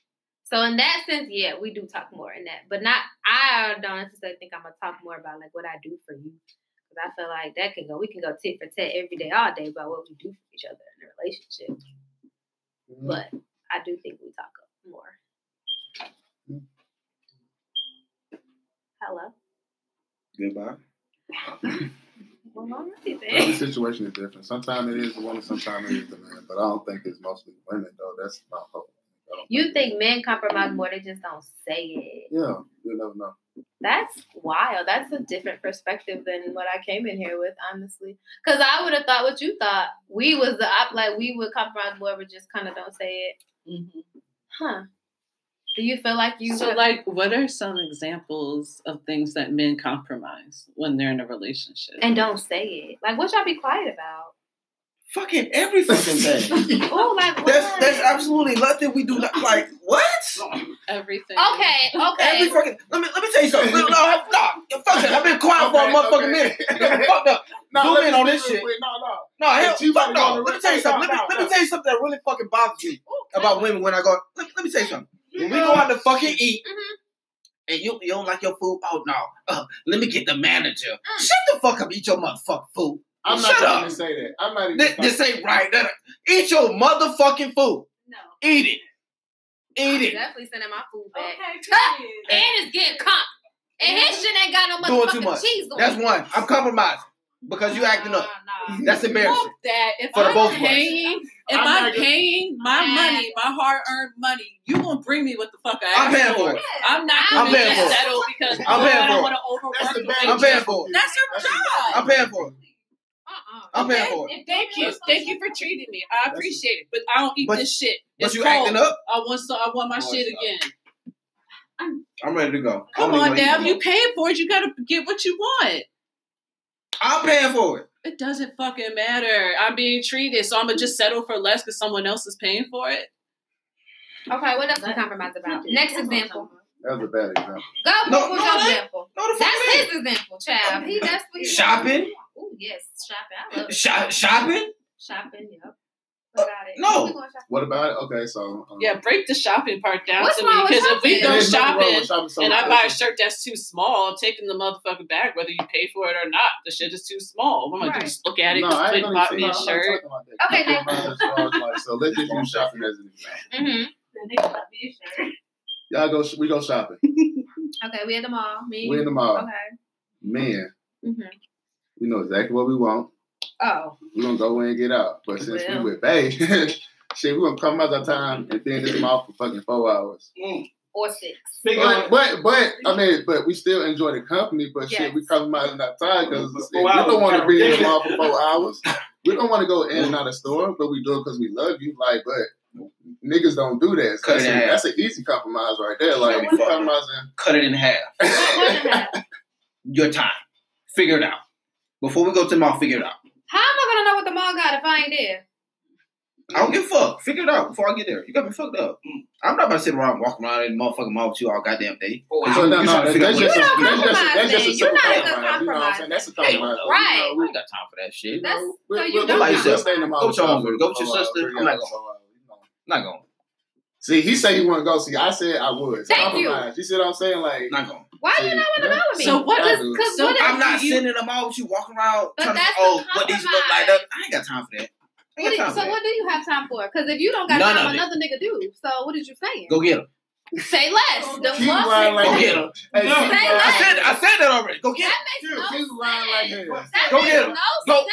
Speaker 3: So in that sense, yeah, we do talk more in that, but not. I don't necessarily think I'm gonna talk more about like what I do for you, because I feel like that can go. We can go tit for tat every day, all day about what we do for each other in a relationship. But I do think we talk up more. Hello.
Speaker 1: Goodbye.
Speaker 3: Well, all right
Speaker 4: Every
Speaker 3: then.
Speaker 4: situation is different. Sometimes it is the woman, sometimes it is the man. But I don't think it's mostly women though. That's my hope. I don't
Speaker 3: You think men compromise more? They just don't say it.
Speaker 4: Yeah, you never know.
Speaker 3: That's wild. That's a different perspective than what I came in here with, honestly. Because I would have thought what you thought. We was the op, like we would compromise more, but just kind of don't say it,
Speaker 5: Mhm.
Speaker 3: huh? Do you feel like you?
Speaker 5: So,
Speaker 3: would-
Speaker 5: like, what are some examples of things that men compromise when they're in a relationship?
Speaker 3: and don't say it. Like what y'all be quiet about?
Speaker 6: Fucking every fucking thing.
Speaker 3: Oh, like what?
Speaker 6: That's that's absolutely nothing we do not like. What?
Speaker 5: Everything.
Speaker 3: okay,
Speaker 6: Every
Speaker 3: okay.
Speaker 6: fucking. Let me let me tell you something. No, no, no fuck it. I've been quiet for a
Speaker 4: Okay,
Speaker 6: motherfucking
Speaker 4: okay.
Speaker 6: minute. Yo, fuck up. Zoom
Speaker 4: let
Speaker 6: in
Speaker 4: me
Speaker 6: on
Speaker 4: see
Speaker 6: this shit.
Speaker 4: quick. No, no.
Speaker 6: No, hell,
Speaker 4: you gotta
Speaker 6: fuck
Speaker 4: go
Speaker 6: no.
Speaker 4: on the
Speaker 6: Let me tell you
Speaker 4: record.
Speaker 6: something. Let me,
Speaker 4: No,
Speaker 6: let
Speaker 4: no,
Speaker 6: me tell you something that really fucking bothers me about women when I go. Let, let me tell you something. When we go out to fucking eat,
Speaker 3: Mhm.
Speaker 6: and you, you don't like your food, oh no, uh, let me get the manager. Shut the fuck up, eat your motherfucking food.
Speaker 4: I'm not
Speaker 6: Shut
Speaker 4: even
Speaker 6: up.
Speaker 4: gonna say that. I'm not even.
Speaker 6: This, this ain't right. That- Eat your motherfucking food.
Speaker 7: No.
Speaker 6: Eat it. Eat it.
Speaker 3: Definitely sending my food back.
Speaker 7: Okay,
Speaker 3: And
Speaker 7: period.
Speaker 3: it's getting cooked. And his shit ain't got no
Speaker 6: Doing
Speaker 3: motherfucking
Speaker 6: too much.
Speaker 3: cheese on
Speaker 6: That's
Speaker 3: it.
Speaker 6: one. I'm compromising because you acting up.
Speaker 3: Nah, nah.
Speaker 6: That's embarrassing.
Speaker 5: Fuck that. If
Speaker 6: For the
Speaker 5: I'm
Speaker 6: both of us.
Speaker 5: paying, if
Speaker 4: I'm
Speaker 5: I'm,
Speaker 4: not gonna-
Speaker 5: paying my
Speaker 3: I'm
Speaker 5: money, my hard-earned money, you gonna bring me what the fuck I
Speaker 6: I'm
Speaker 5: asked
Speaker 6: paying for it.
Speaker 5: I'm not
Speaker 3: I'm
Speaker 5: gonna just
Speaker 6: paying for it.
Speaker 5: settle because
Speaker 6: I'm
Speaker 5: Lord,
Speaker 6: paying
Speaker 5: I
Speaker 6: for it.
Speaker 5: don't want to overwork.
Speaker 4: That's the
Speaker 5: the
Speaker 4: bad.
Speaker 6: I'm
Speaker 5: waitress.
Speaker 6: paying for it.
Speaker 5: That's your
Speaker 4: That's the
Speaker 5: job.
Speaker 6: I'm paying for it.
Speaker 3: Uh-uh.
Speaker 6: I'm paying for it.
Speaker 5: And Thank you, thank you for treating me. I appreciate it, but I don't eat
Speaker 6: But-
Speaker 5: this shit.
Speaker 6: But
Speaker 5: It's
Speaker 6: you
Speaker 5: cold.
Speaker 6: acting up.
Speaker 5: I want so I want my
Speaker 4: No,
Speaker 5: shit
Speaker 4: it's not.
Speaker 5: again.
Speaker 1: I'm ready to go.
Speaker 5: Come
Speaker 1: I don't
Speaker 5: on,
Speaker 1: even know
Speaker 5: Dab.
Speaker 1: you-
Speaker 5: You paid for it. You gotta get what you want.
Speaker 6: I'm paying for it.
Speaker 5: It doesn't fucking matter. I'm being treated, so I'm gonna just settle for less because someone else is paying for it.
Speaker 3: Okay, what else we compromise about? Next example.
Speaker 4: That was a bad example.
Speaker 3: Go
Speaker 6: No,
Speaker 3: Google
Speaker 6: no,
Speaker 3: your
Speaker 6: that-
Speaker 3: example.
Speaker 6: No, the fuck
Speaker 3: That's
Speaker 6: it.
Speaker 3: his example, child. He that's what he
Speaker 6: Shopping?
Speaker 3: Oh yes, shopping. I love
Speaker 6: Shop, shopping?
Speaker 3: shopping. Yep. About it.
Speaker 6: uh, no.
Speaker 3: We going shopping.
Speaker 4: What about it? Okay, so um,
Speaker 5: Yeah, break the shopping part down
Speaker 3: What's
Speaker 5: to
Speaker 3: wrong
Speaker 5: me
Speaker 3: with
Speaker 5: because if we
Speaker 4: it
Speaker 5: go
Speaker 4: is nothing wrong with
Speaker 5: shopping
Speaker 4: shopping so
Speaker 5: and I
Speaker 4: much.
Speaker 5: buy a shirt that's too small, I'm taking the motherfucker back whether you pay for it or not. The shit is too small. What am I gonna do?
Speaker 3: Right.
Speaker 5: Just look at it,
Speaker 4: No,
Speaker 5: just
Speaker 4: I ain't
Speaker 5: click,
Speaker 4: gonna
Speaker 5: buy
Speaker 4: say-
Speaker 5: me
Speaker 4: no,
Speaker 5: a
Speaker 4: I'm not
Speaker 5: shirt.
Speaker 4: talking about that.
Speaker 3: Okay,
Speaker 4: I'm talking about as far as, like, So let's just use shopping as an example.
Speaker 3: Mm-hmm.
Speaker 7: The nigga got me a shirt.
Speaker 4: Y'all go. We go shopping.
Speaker 3: Okay, we at the mall. Me.
Speaker 4: We in the mall.
Speaker 3: Okay.
Speaker 4: Man,
Speaker 3: Mm-hmm.
Speaker 4: we know exactly what we want.
Speaker 3: Oh.
Speaker 4: We're gonna go in and get out. But since we
Speaker 3: Well.
Speaker 4: with Bay, shit, we're gonna come out our time and be in this mall for fucking four hours.
Speaker 3: Or six.
Speaker 6: Big
Speaker 4: But,
Speaker 6: on-
Speaker 4: but but I mean, but we still enjoy the company. But shit,
Speaker 3: Yes.
Speaker 4: we come out in that time because we
Speaker 6: Four hours
Speaker 4: don't
Speaker 6: is
Speaker 4: want to
Speaker 6: kinda
Speaker 4: be in the mall
Speaker 6: ridiculous.
Speaker 4: for four hours. We don't want to go in and out of store, but we do it because we love you. Like, but niggas don't do that.
Speaker 1: Cut it
Speaker 4: That's, a,
Speaker 1: in half.
Speaker 4: that's an easy compromise right there. Like, we compromising.
Speaker 1: Cut it in half.
Speaker 3: What was that?
Speaker 1: Your time. Figure it out. Before we go to the mall, figure it out.
Speaker 3: How am I gonna know what the mall got if I ain't there?
Speaker 1: I don't give a fuck. Figure it out before I get there. You got me fucked up. I'm not about to sit around and walk around in the motherfucking mall with you all goddamn
Speaker 4: So
Speaker 1: day.
Speaker 4: Oh, no, no, that's, that's just a,
Speaker 1: You don't
Speaker 4: that's just a, that's just a
Speaker 3: compromise
Speaker 4: simple compromise. You
Speaker 3: then. You're not a
Speaker 4: know what I'm saying? That's a
Speaker 1: Hey,
Speaker 4: compromise.
Speaker 3: Right.
Speaker 1: I ain't got time for that shit.
Speaker 3: That's-
Speaker 4: You know,
Speaker 3: so
Speaker 4: we-
Speaker 3: you
Speaker 4: we- we-
Speaker 3: don't
Speaker 1: compromise.
Speaker 4: we'll stay in the mall
Speaker 1: Go with your
Speaker 4: for
Speaker 1: homegirl. Go with your
Speaker 4: four hours,
Speaker 1: sister.
Speaker 4: three
Speaker 1: I'm not
Speaker 4: hours,
Speaker 1: going.
Speaker 4: four hours, you know.
Speaker 1: Not going.
Speaker 4: See, he said he wouldn't go. See, I said I would.
Speaker 3: Thank you.
Speaker 4: You see what I'm saying? Like,
Speaker 6: Not going.
Speaker 3: Why do you not want to go with me?
Speaker 5: So what-
Speaker 3: Cause, 'cause
Speaker 5: so
Speaker 3: what if-
Speaker 6: I'm not
Speaker 5: You-
Speaker 6: sending them all. You walking around
Speaker 3: But
Speaker 6: telling me,
Speaker 3: that's the
Speaker 6: oh, what these look like.
Speaker 3: compromise.
Speaker 6: I ain't got time for that. I
Speaker 3: what
Speaker 6: ain't
Speaker 3: do
Speaker 6: got time
Speaker 3: you-
Speaker 6: for
Speaker 3: so
Speaker 6: that.
Speaker 3: what do you have time for? Because if you don't got
Speaker 6: None
Speaker 3: time,
Speaker 6: of it.
Speaker 3: another nigga do. So what did you saying?
Speaker 6: Go get them.
Speaker 3: Say less. The
Speaker 4: keep
Speaker 3: love
Speaker 4: lying like
Speaker 6: Go
Speaker 4: that.
Speaker 6: get them.
Speaker 4: Hey, keep
Speaker 6: No,
Speaker 3: say
Speaker 4: lying
Speaker 6: I
Speaker 4: like
Speaker 6: said, I
Speaker 4: that.
Speaker 6: said that already. Go get
Speaker 3: that
Speaker 6: them.
Speaker 3: makes
Speaker 4: Keep-
Speaker 3: no sense.
Speaker 4: keep lying like that.
Speaker 3: That
Speaker 6: Go
Speaker 3: makes
Speaker 6: get 'em.
Speaker 3: no
Speaker 6: Go.
Speaker 3: sense.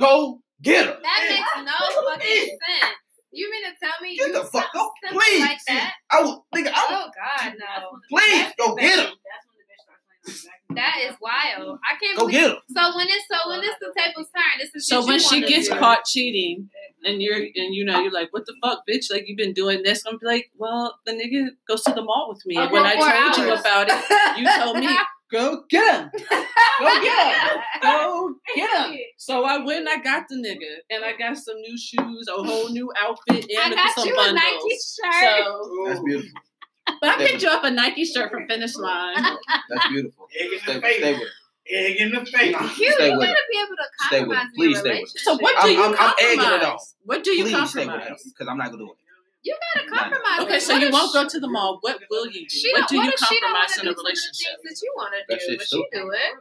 Speaker 6: Go get them.
Speaker 3: That makes no
Speaker 6: What do you
Speaker 3: fucking sense. You mean to tell me
Speaker 6: Get
Speaker 3: you
Speaker 6: the fuck
Speaker 3: something
Speaker 6: up,
Speaker 3: simple
Speaker 6: please.
Speaker 3: like that?
Speaker 6: I would, nigga, I
Speaker 3: Oh God, no.
Speaker 6: would, please go get them.
Speaker 3: That is wild. I can't
Speaker 6: Go
Speaker 3: believe.
Speaker 6: get them.
Speaker 3: So when it's so when it's the table's turn, this is
Speaker 5: So
Speaker 3: shit
Speaker 5: when
Speaker 3: you
Speaker 5: she
Speaker 3: wanna
Speaker 5: gets
Speaker 3: do.
Speaker 5: caught cheating, and you're and you know you're like, what the fuck, bitch? Like you've been doing this. I'm like, well, the nigga goes to the mall with me, and when I
Speaker 3: Four
Speaker 5: told you
Speaker 3: hours.
Speaker 5: about it, you told me go get him, go get him, go get him. So I went and I got the nigga, and I got some new shoes, a whole new outfit,
Speaker 3: I
Speaker 5: and
Speaker 3: got
Speaker 5: some
Speaker 3: you a
Speaker 5: bundles.
Speaker 3: Nike shirt.
Speaker 5: So,
Speaker 1: That's beautiful.
Speaker 5: but I picked you up a Nike shirt from Finish Line.
Speaker 1: That's beautiful.
Speaker 6: Egg in
Speaker 1: Stay, stay with it.
Speaker 6: Egg in the face.
Speaker 1: Nah,
Speaker 3: you
Speaker 1: stay
Speaker 3: you
Speaker 1: with
Speaker 3: gotta
Speaker 1: it.
Speaker 3: be able to
Speaker 1: Stay with it.
Speaker 3: compromise in
Speaker 1: Please
Speaker 3: your
Speaker 1: stay with it.
Speaker 3: relationship.
Speaker 5: So what do
Speaker 6: I'm-
Speaker 5: you
Speaker 6: I'm- I'm egging it
Speaker 5: compromise?
Speaker 6: on.
Speaker 5: What do you
Speaker 6: Please stay with
Speaker 5: compromise?
Speaker 6: it because I'm not gonna do it.
Speaker 3: You gotta compromise.
Speaker 5: Okay, so
Speaker 3: What
Speaker 5: you
Speaker 3: if
Speaker 5: won't
Speaker 3: she-
Speaker 5: go to the mall. What will you do?
Speaker 3: She
Speaker 5: what
Speaker 3: don't,
Speaker 5: do
Speaker 3: what
Speaker 5: you
Speaker 3: if she don't want
Speaker 5: compromise
Speaker 3: to
Speaker 5: in
Speaker 3: do some
Speaker 5: a
Speaker 3: of the
Speaker 5: relationship?
Speaker 3: things that you want to
Speaker 1: That
Speaker 3: do?
Speaker 1: shit's
Speaker 3: But she do it.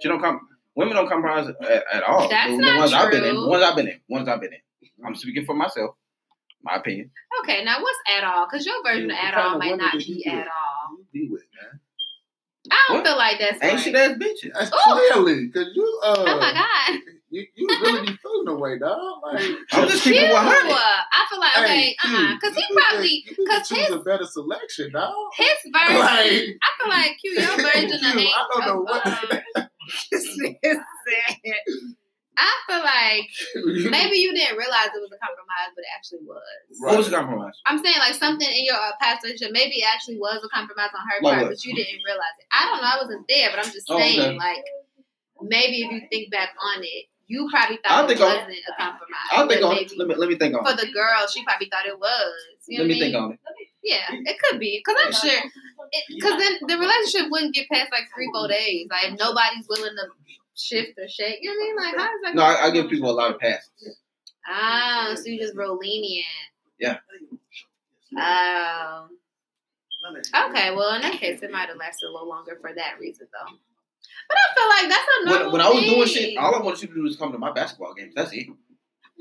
Speaker 6: She don't come. Women don't compromise at, at all.
Speaker 3: That's
Speaker 6: the, the
Speaker 3: not
Speaker 6: ones I've been in.
Speaker 3: true.
Speaker 6: The ones I've been in. the Ones I've been in. I'm speaking for myself. My opinion.
Speaker 3: Okay, now what's at all? Because your version
Speaker 4: What
Speaker 3: of at
Speaker 4: kind
Speaker 3: all
Speaker 4: of
Speaker 3: might
Speaker 4: woman
Speaker 3: not
Speaker 4: did you
Speaker 3: be
Speaker 4: get?
Speaker 3: at all.
Speaker 4: You Be with man.
Speaker 3: I don't
Speaker 6: What?
Speaker 3: feel like that's right.
Speaker 6: Ancient ass bitches.
Speaker 4: That's
Speaker 3: Ooh.
Speaker 4: clearly because you uh,
Speaker 3: Oh my god.
Speaker 4: you you really be feeling away, dog. Like,
Speaker 6: I'm just
Speaker 3: Ew.
Speaker 6: keeping 100.
Speaker 3: I feel like okay,
Speaker 4: hey,
Speaker 3: uh, uh
Speaker 4: Q,
Speaker 3: because
Speaker 4: you
Speaker 3: he
Speaker 4: need to-
Speaker 3: probably
Speaker 4: you need to
Speaker 3: because
Speaker 4: choose
Speaker 3: his
Speaker 4: a better selection, dog.
Speaker 3: his version.
Speaker 4: Like-
Speaker 3: I feel like Q, your version of
Speaker 4: Q, I don't know
Speaker 3: of,
Speaker 4: what-
Speaker 3: um, I feel like maybe you didn't realize it was a compromise, but it actually was.
Speaker 6: What was the compromise?
Speaker 3: I'm saying like something in your uh, past relationship maybe it actually was a compromise on her
Speaker 6: Like
Speaker 3: part,
Speaker 6: what?
Speaker 3: but you didn't realize it. I don't know. I wasn't there, but I'm just
Speaker 6: Oh, okay.
Speaker 3: saying like maybe if you think back on it, you probably
Speaker 6: I
Speaker 3: thought it
Speaker 6: think I'm-
Speaker 3: wasn't a compromise.
Speaker 6: I'll think
Speaker 3: but
Speaker 6: on it.
Speaker 3: maybe
Speaker 6: Let me, let me think on
Speaker 3: For
Speaker 6: it.
Speaker 3: the girl, she probably thought it was. You know what I
Speaker 6: Let me
Speaker 3: mean?
Speaker 6: think on it.
Speaker 3: Yeah, it could be because I'm sure. Because then the relationship wouldn't get past like three, four days. Like if nobody's willing to shift or shake. You know what I mean? Like how is that?
Speaker 6: No, I, I give people a lot of passes.
Speaker 3: Ah, so you just real lenient.
Speaker 6: Yeah.
Speaker 3: Oh. Uh, Okay. Well, in that case, it might have lasted a little longer for that reason, though. But I feel like that's a normal
Speaker 6: When, when I was doing
Speaker 3: thing.
Speaker 6: shit, all I wanted you to do was come to my basketball games. That's it.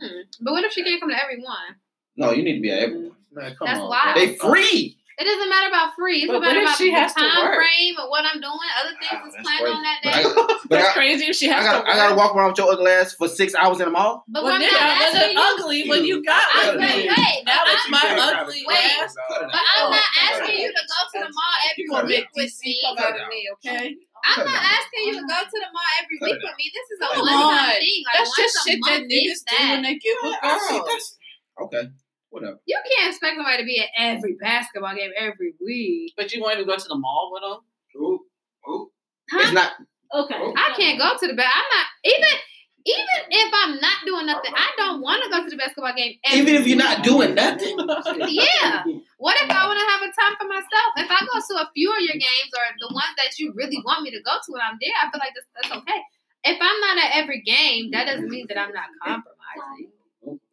Speaker 3: Hmm. But what if she can't come to everyone?
Speaker 6: No, you need to be at everyone.
Speaker 4: Man, come
Speaker 3: That's
Speaker 4: on,
Speaker 3: wild.
Speaker 4: dog.
Speaker 6: They free.
Speaker 3: It doesn't matter about free. It's
Speaker 5: But
Speaker 3: about
Speaker 5: what if
Speaker 3: about
Speaker 5: she
Speaker 3: the
Speaker 5: has to
Speaker 3: time
Speaker 5: work?
Speaker 3: frame and what I'm doing. Other
Speaker 6: Ah,
Speaker 3: things is
Speaker 6: that's
Speaker 3: planned
Speaker 6: crazy.
Speaker 3: on that
Speaker 6: But
Speaker 3: day.
Speaker 6: I, but
Speaker 5: That's
Speaker 6: I,
Speaker 5: crazy if she
Speaker 6: I
Speaker 5: has
Speaker 6: gotta,
Speaker 5: to.
Speaker 6: I gotta walk around with your ugly ass for six hours in the mall.
Speaker 3: But what
Speaker 5: well,
Speaker 3: I'm
Speaker 5: then
Speaker 3: not
Speaker 5: I
Speaker 3: asking
Speaker 5: wasn't
Speaker 3: you.
Speaker 5: ugly when you got
Speaker 3: I,
Speaker 5: with
Speaker 3: wait,
Speaker 5: me.
Speaker 3: wait.
Speaker 5: That was
Speaker 3: I'm-
Speaker 5: my
Speaker 4: You can't
Speaker 5: ugly
Speaker 4: cut it.
Speaker 5: ass.
Speaker 3: But I'm not
Speaker 5: Oh,
Speaker 3: asking you to go to the mall every
Speaker 5: You gonna
Speaker 3: week
Speaker 5: make
Speaker 3: with
Speaker 5: DC
Speaker 3: me.
Speaker 5: come out of me, okay?
Speaker 3: I'm not asking you to go to the mall every
Speaker 6: Cut
Speaker 3: week
Speaker 6: it
Speaker 3: with me. This is a
Speaker 5: Come
Speaker 3: one-time
Speaker 5: on.
Speaker 3: thing. Like,
Speaker 5: That's
Speaker 3: once
Speaker 5: just
Speaker 3: a
Speaker 5: shit that
Speaker 3: month, it's
Speaker 5: niggas do when they get
Speaker 6: É,
Speaker 5: with
Speaker 6: assim,
Speaker 5: girls.
Speaker 6: Okay, whatever.
Speaker 3: You can't expect somebody to be at every basketball game every week.
Speaker 5: But you won't even go to the mall with them.
Speaker 6: Ooh, ooh.
Speaker 3: Huh?
Speaker 6: It's not.
Speaker 7: Okay.
Speaker 3: I can't go to the ba- I'm not even even if I'm not doing nothing. I don't want to go to the basketball game. Every
Speaker 6: Even if you're not doing nothing.
Speaker 3: Yeah. What if I want to have a time for myself? If I go to a few of your games or the ones that you really want me to go to and I'm there, I feel like that's, that's okay. If I'm not at every game, that doesn't mean that I'm not compromising.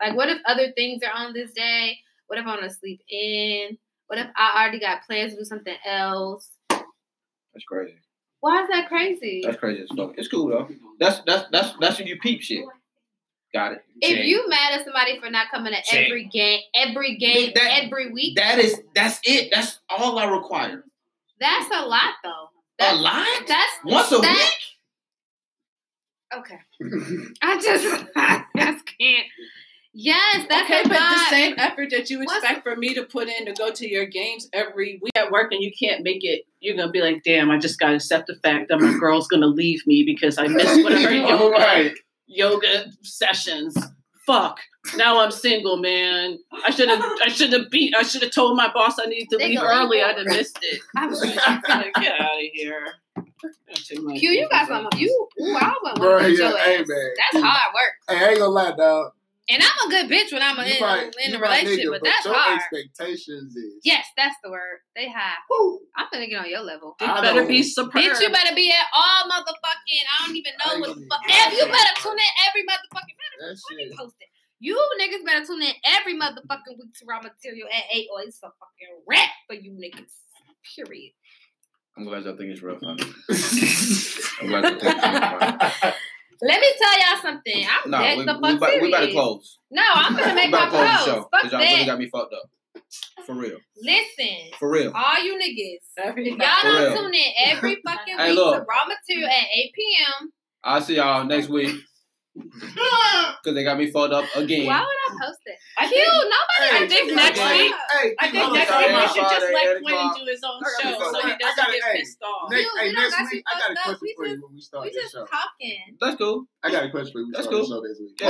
Speaker 3: Like, what if other things are on this day? What if I want to sleep in? What if I already got plans to do something else?
Speaker 6: That's crazy.
Speaker 3: Why is that crazy?
Speaker 6: That's crazy as fuck. It's cool though. That's that's that's that's when you peep shit. Got it.
Speaker 3: If
Speaker 6: Check.
Speaker 3: you mad at somebody for not coming to
Speaker 6: Check.
Speaker 3: every game, every game,
Speaker 6: That-
Speaker 3: every week,
Speaker 6: that is that's it. That's all I require.
Speaker 3: that's a lot though.
Speaker 6: A
Speaker 3: That's,
Speaker 6: lot.
Speaker 3: that's
Speaker 6: Once a
Speaker 3: that-
Speaker 6: week.
Speaker 3: Okay. I just I just can't. Yes, that's
Speaker 5: okay,
Speaker 3: a
Speaker 5: but the
Speaker 3: lot.
Speaker 5: same effort that you
Speaker 3: What's-
Speaker 5: expect for me to put in to go to your games every week at work and you can't make it, you're gonna be like, damn, I just gotta accept the fact that my girl's gonna leave me because I missed one of her
Speaker 4: All
Speaker 5: yoga,
Speaker 4: right.
Speaker 5: yoga sessions. Fuck. Now I'm single, man. I should have I should have beat I should have told my boss I needed to
Speaker 3: They
Speaker 5: leave
Speaker 3: gonna-
Speaker 5: early. I'd have missed it.
Speaker 3: I'm sorry.
Speaker 5: Like, Get out of here. Too much.
Speaker 3: Q, you got some. You, ooh, I would
Speaker 4: Bruh,
Speaker 3: want to
Speaker 4: yeah,
Speaker 3: your
Speaker 4: hey,
Speaker 3: ass.
Speaker 4: man.
Speaker 3: That's hard work.
Speaker 4: Hey, I ain't gonna lie, dog.
Speaker 3: And I'm a good bitch when I'm in,
Speaker 4: might-
Speaker 3: in
Speaker 4: you
Speaker 3: a
Speaker 4: might
Speaker 3: relationship,
Speaker 4: nigga,
Speaker 3: but that's
Speaker 4: your
Speaker 3: hard.
Speaker 4: expectations is
Speaker 3: Yes, that's the word. They high. I'm gonna get on your level.
Speaker 5: You
Speaker 4: I
Speaker 5: better
Speaker 4: don't-
Speaker 5: be superb.
Speaker 3: Bitch, you better be at all motherfucking. I don't even know what the fuck. Ev, you better tune in every motherfucking.
Speaker 4: that
Speaker 3: Let me
Speaker 4: shit.
Speaker 3: post it. You niggas better tune in every motherfucking week to Raw Material at 8 or it's a fucking wrap for you niggas. Period.
Speaker 1: I'm glad y'all think it's real funny. I'm glad y'all think it's real funny.
Speaker 3: Let me tell y'all something. I'm
Speaker 1: Nah,
Speaker 3: dead
Speaker 1: we,
Speaker 3: the
Speaker 1: we,
Speaker 3: fuck
Speaker 1: about, we about to
Speaker 3: serious.
Speaker 1: close.
Speaker 3: No, I'm gonna
Speaker 1: we
Speaker 3: make my
Speaker 1: about to close the
Speaker 3: post.
Speaker 1: show
Speaker 3: Fuck
Speaker 1: y'all
Speaker 3: that.
Speaker 1: really got me fucked up. For real.
Speaker 3: Listen,
Speaker 1: For real.
Speaker 3: all you niggas, if y'all
Speaker 1: For
Speaker 3: don't
Speaker 1: real.
Speaker 3: tune in every fucking
Speaker 1: Hey,
Speaker 3: week
Speaker 1: look.
Speaker 3: to Raw Material at 8 p.m.,
Speaker 1: I'll see y'all next week. Cause they got me fucked up again.
Speaker 3: why would I post it?
Speaker 5: I
Speaker 3: Cute,
Speaker 5: think,
Speaker 3: nobody.
Speaker 5: I think next week.
Speaker 4: Hey,
Speaker 5: I think
Speaker 4: I'm
Speaker 5: next
Speaker 4: sorry,
Speaker 5: week
Speaker 4: my
Speaker 5: you should just
Speaker 1: Friday,
Speaker 5: let
Speaker 1: eight
Speaker 5: Quinn
Speaker 1: o'clock.
Speaker 5: do his own
Speaker 4: I
Speaker 5: show
Speaker 4: gotta go.
Speaker 5: so he
Speaker 4: I
Speaker 5: doesn't
Speaker 4: gotta-
Speaker 5: get
Speaker 4: hey.
Speaker 5: pissed off.
Speaker 4: Next,
Speaker 3: You-
Speaker 4: hey,
Speaker 3: you don't
Speaker 4: next
Speaker 3: got
Speaker 4: week,
Speaker 3: me
Speaker 4: I got a
Speaker 3: fucked up.
Speaker 4: question
Speaker 3: We
Speaker 4: for you
Speaker 3: just-
Speaker 4: when we start
Speaker 3: We
Speaker 4: this
Speaker 3: just
Speaker 4: show.
Speaker 3: talking.
Speaker 1: That's cool.
Speaker 4: I got a question for you when we
Speaker 1: That's
Speaker 4: start this
Speaker 1: cool.
Speaker 4: show this week.
Speaker 1: Yeah.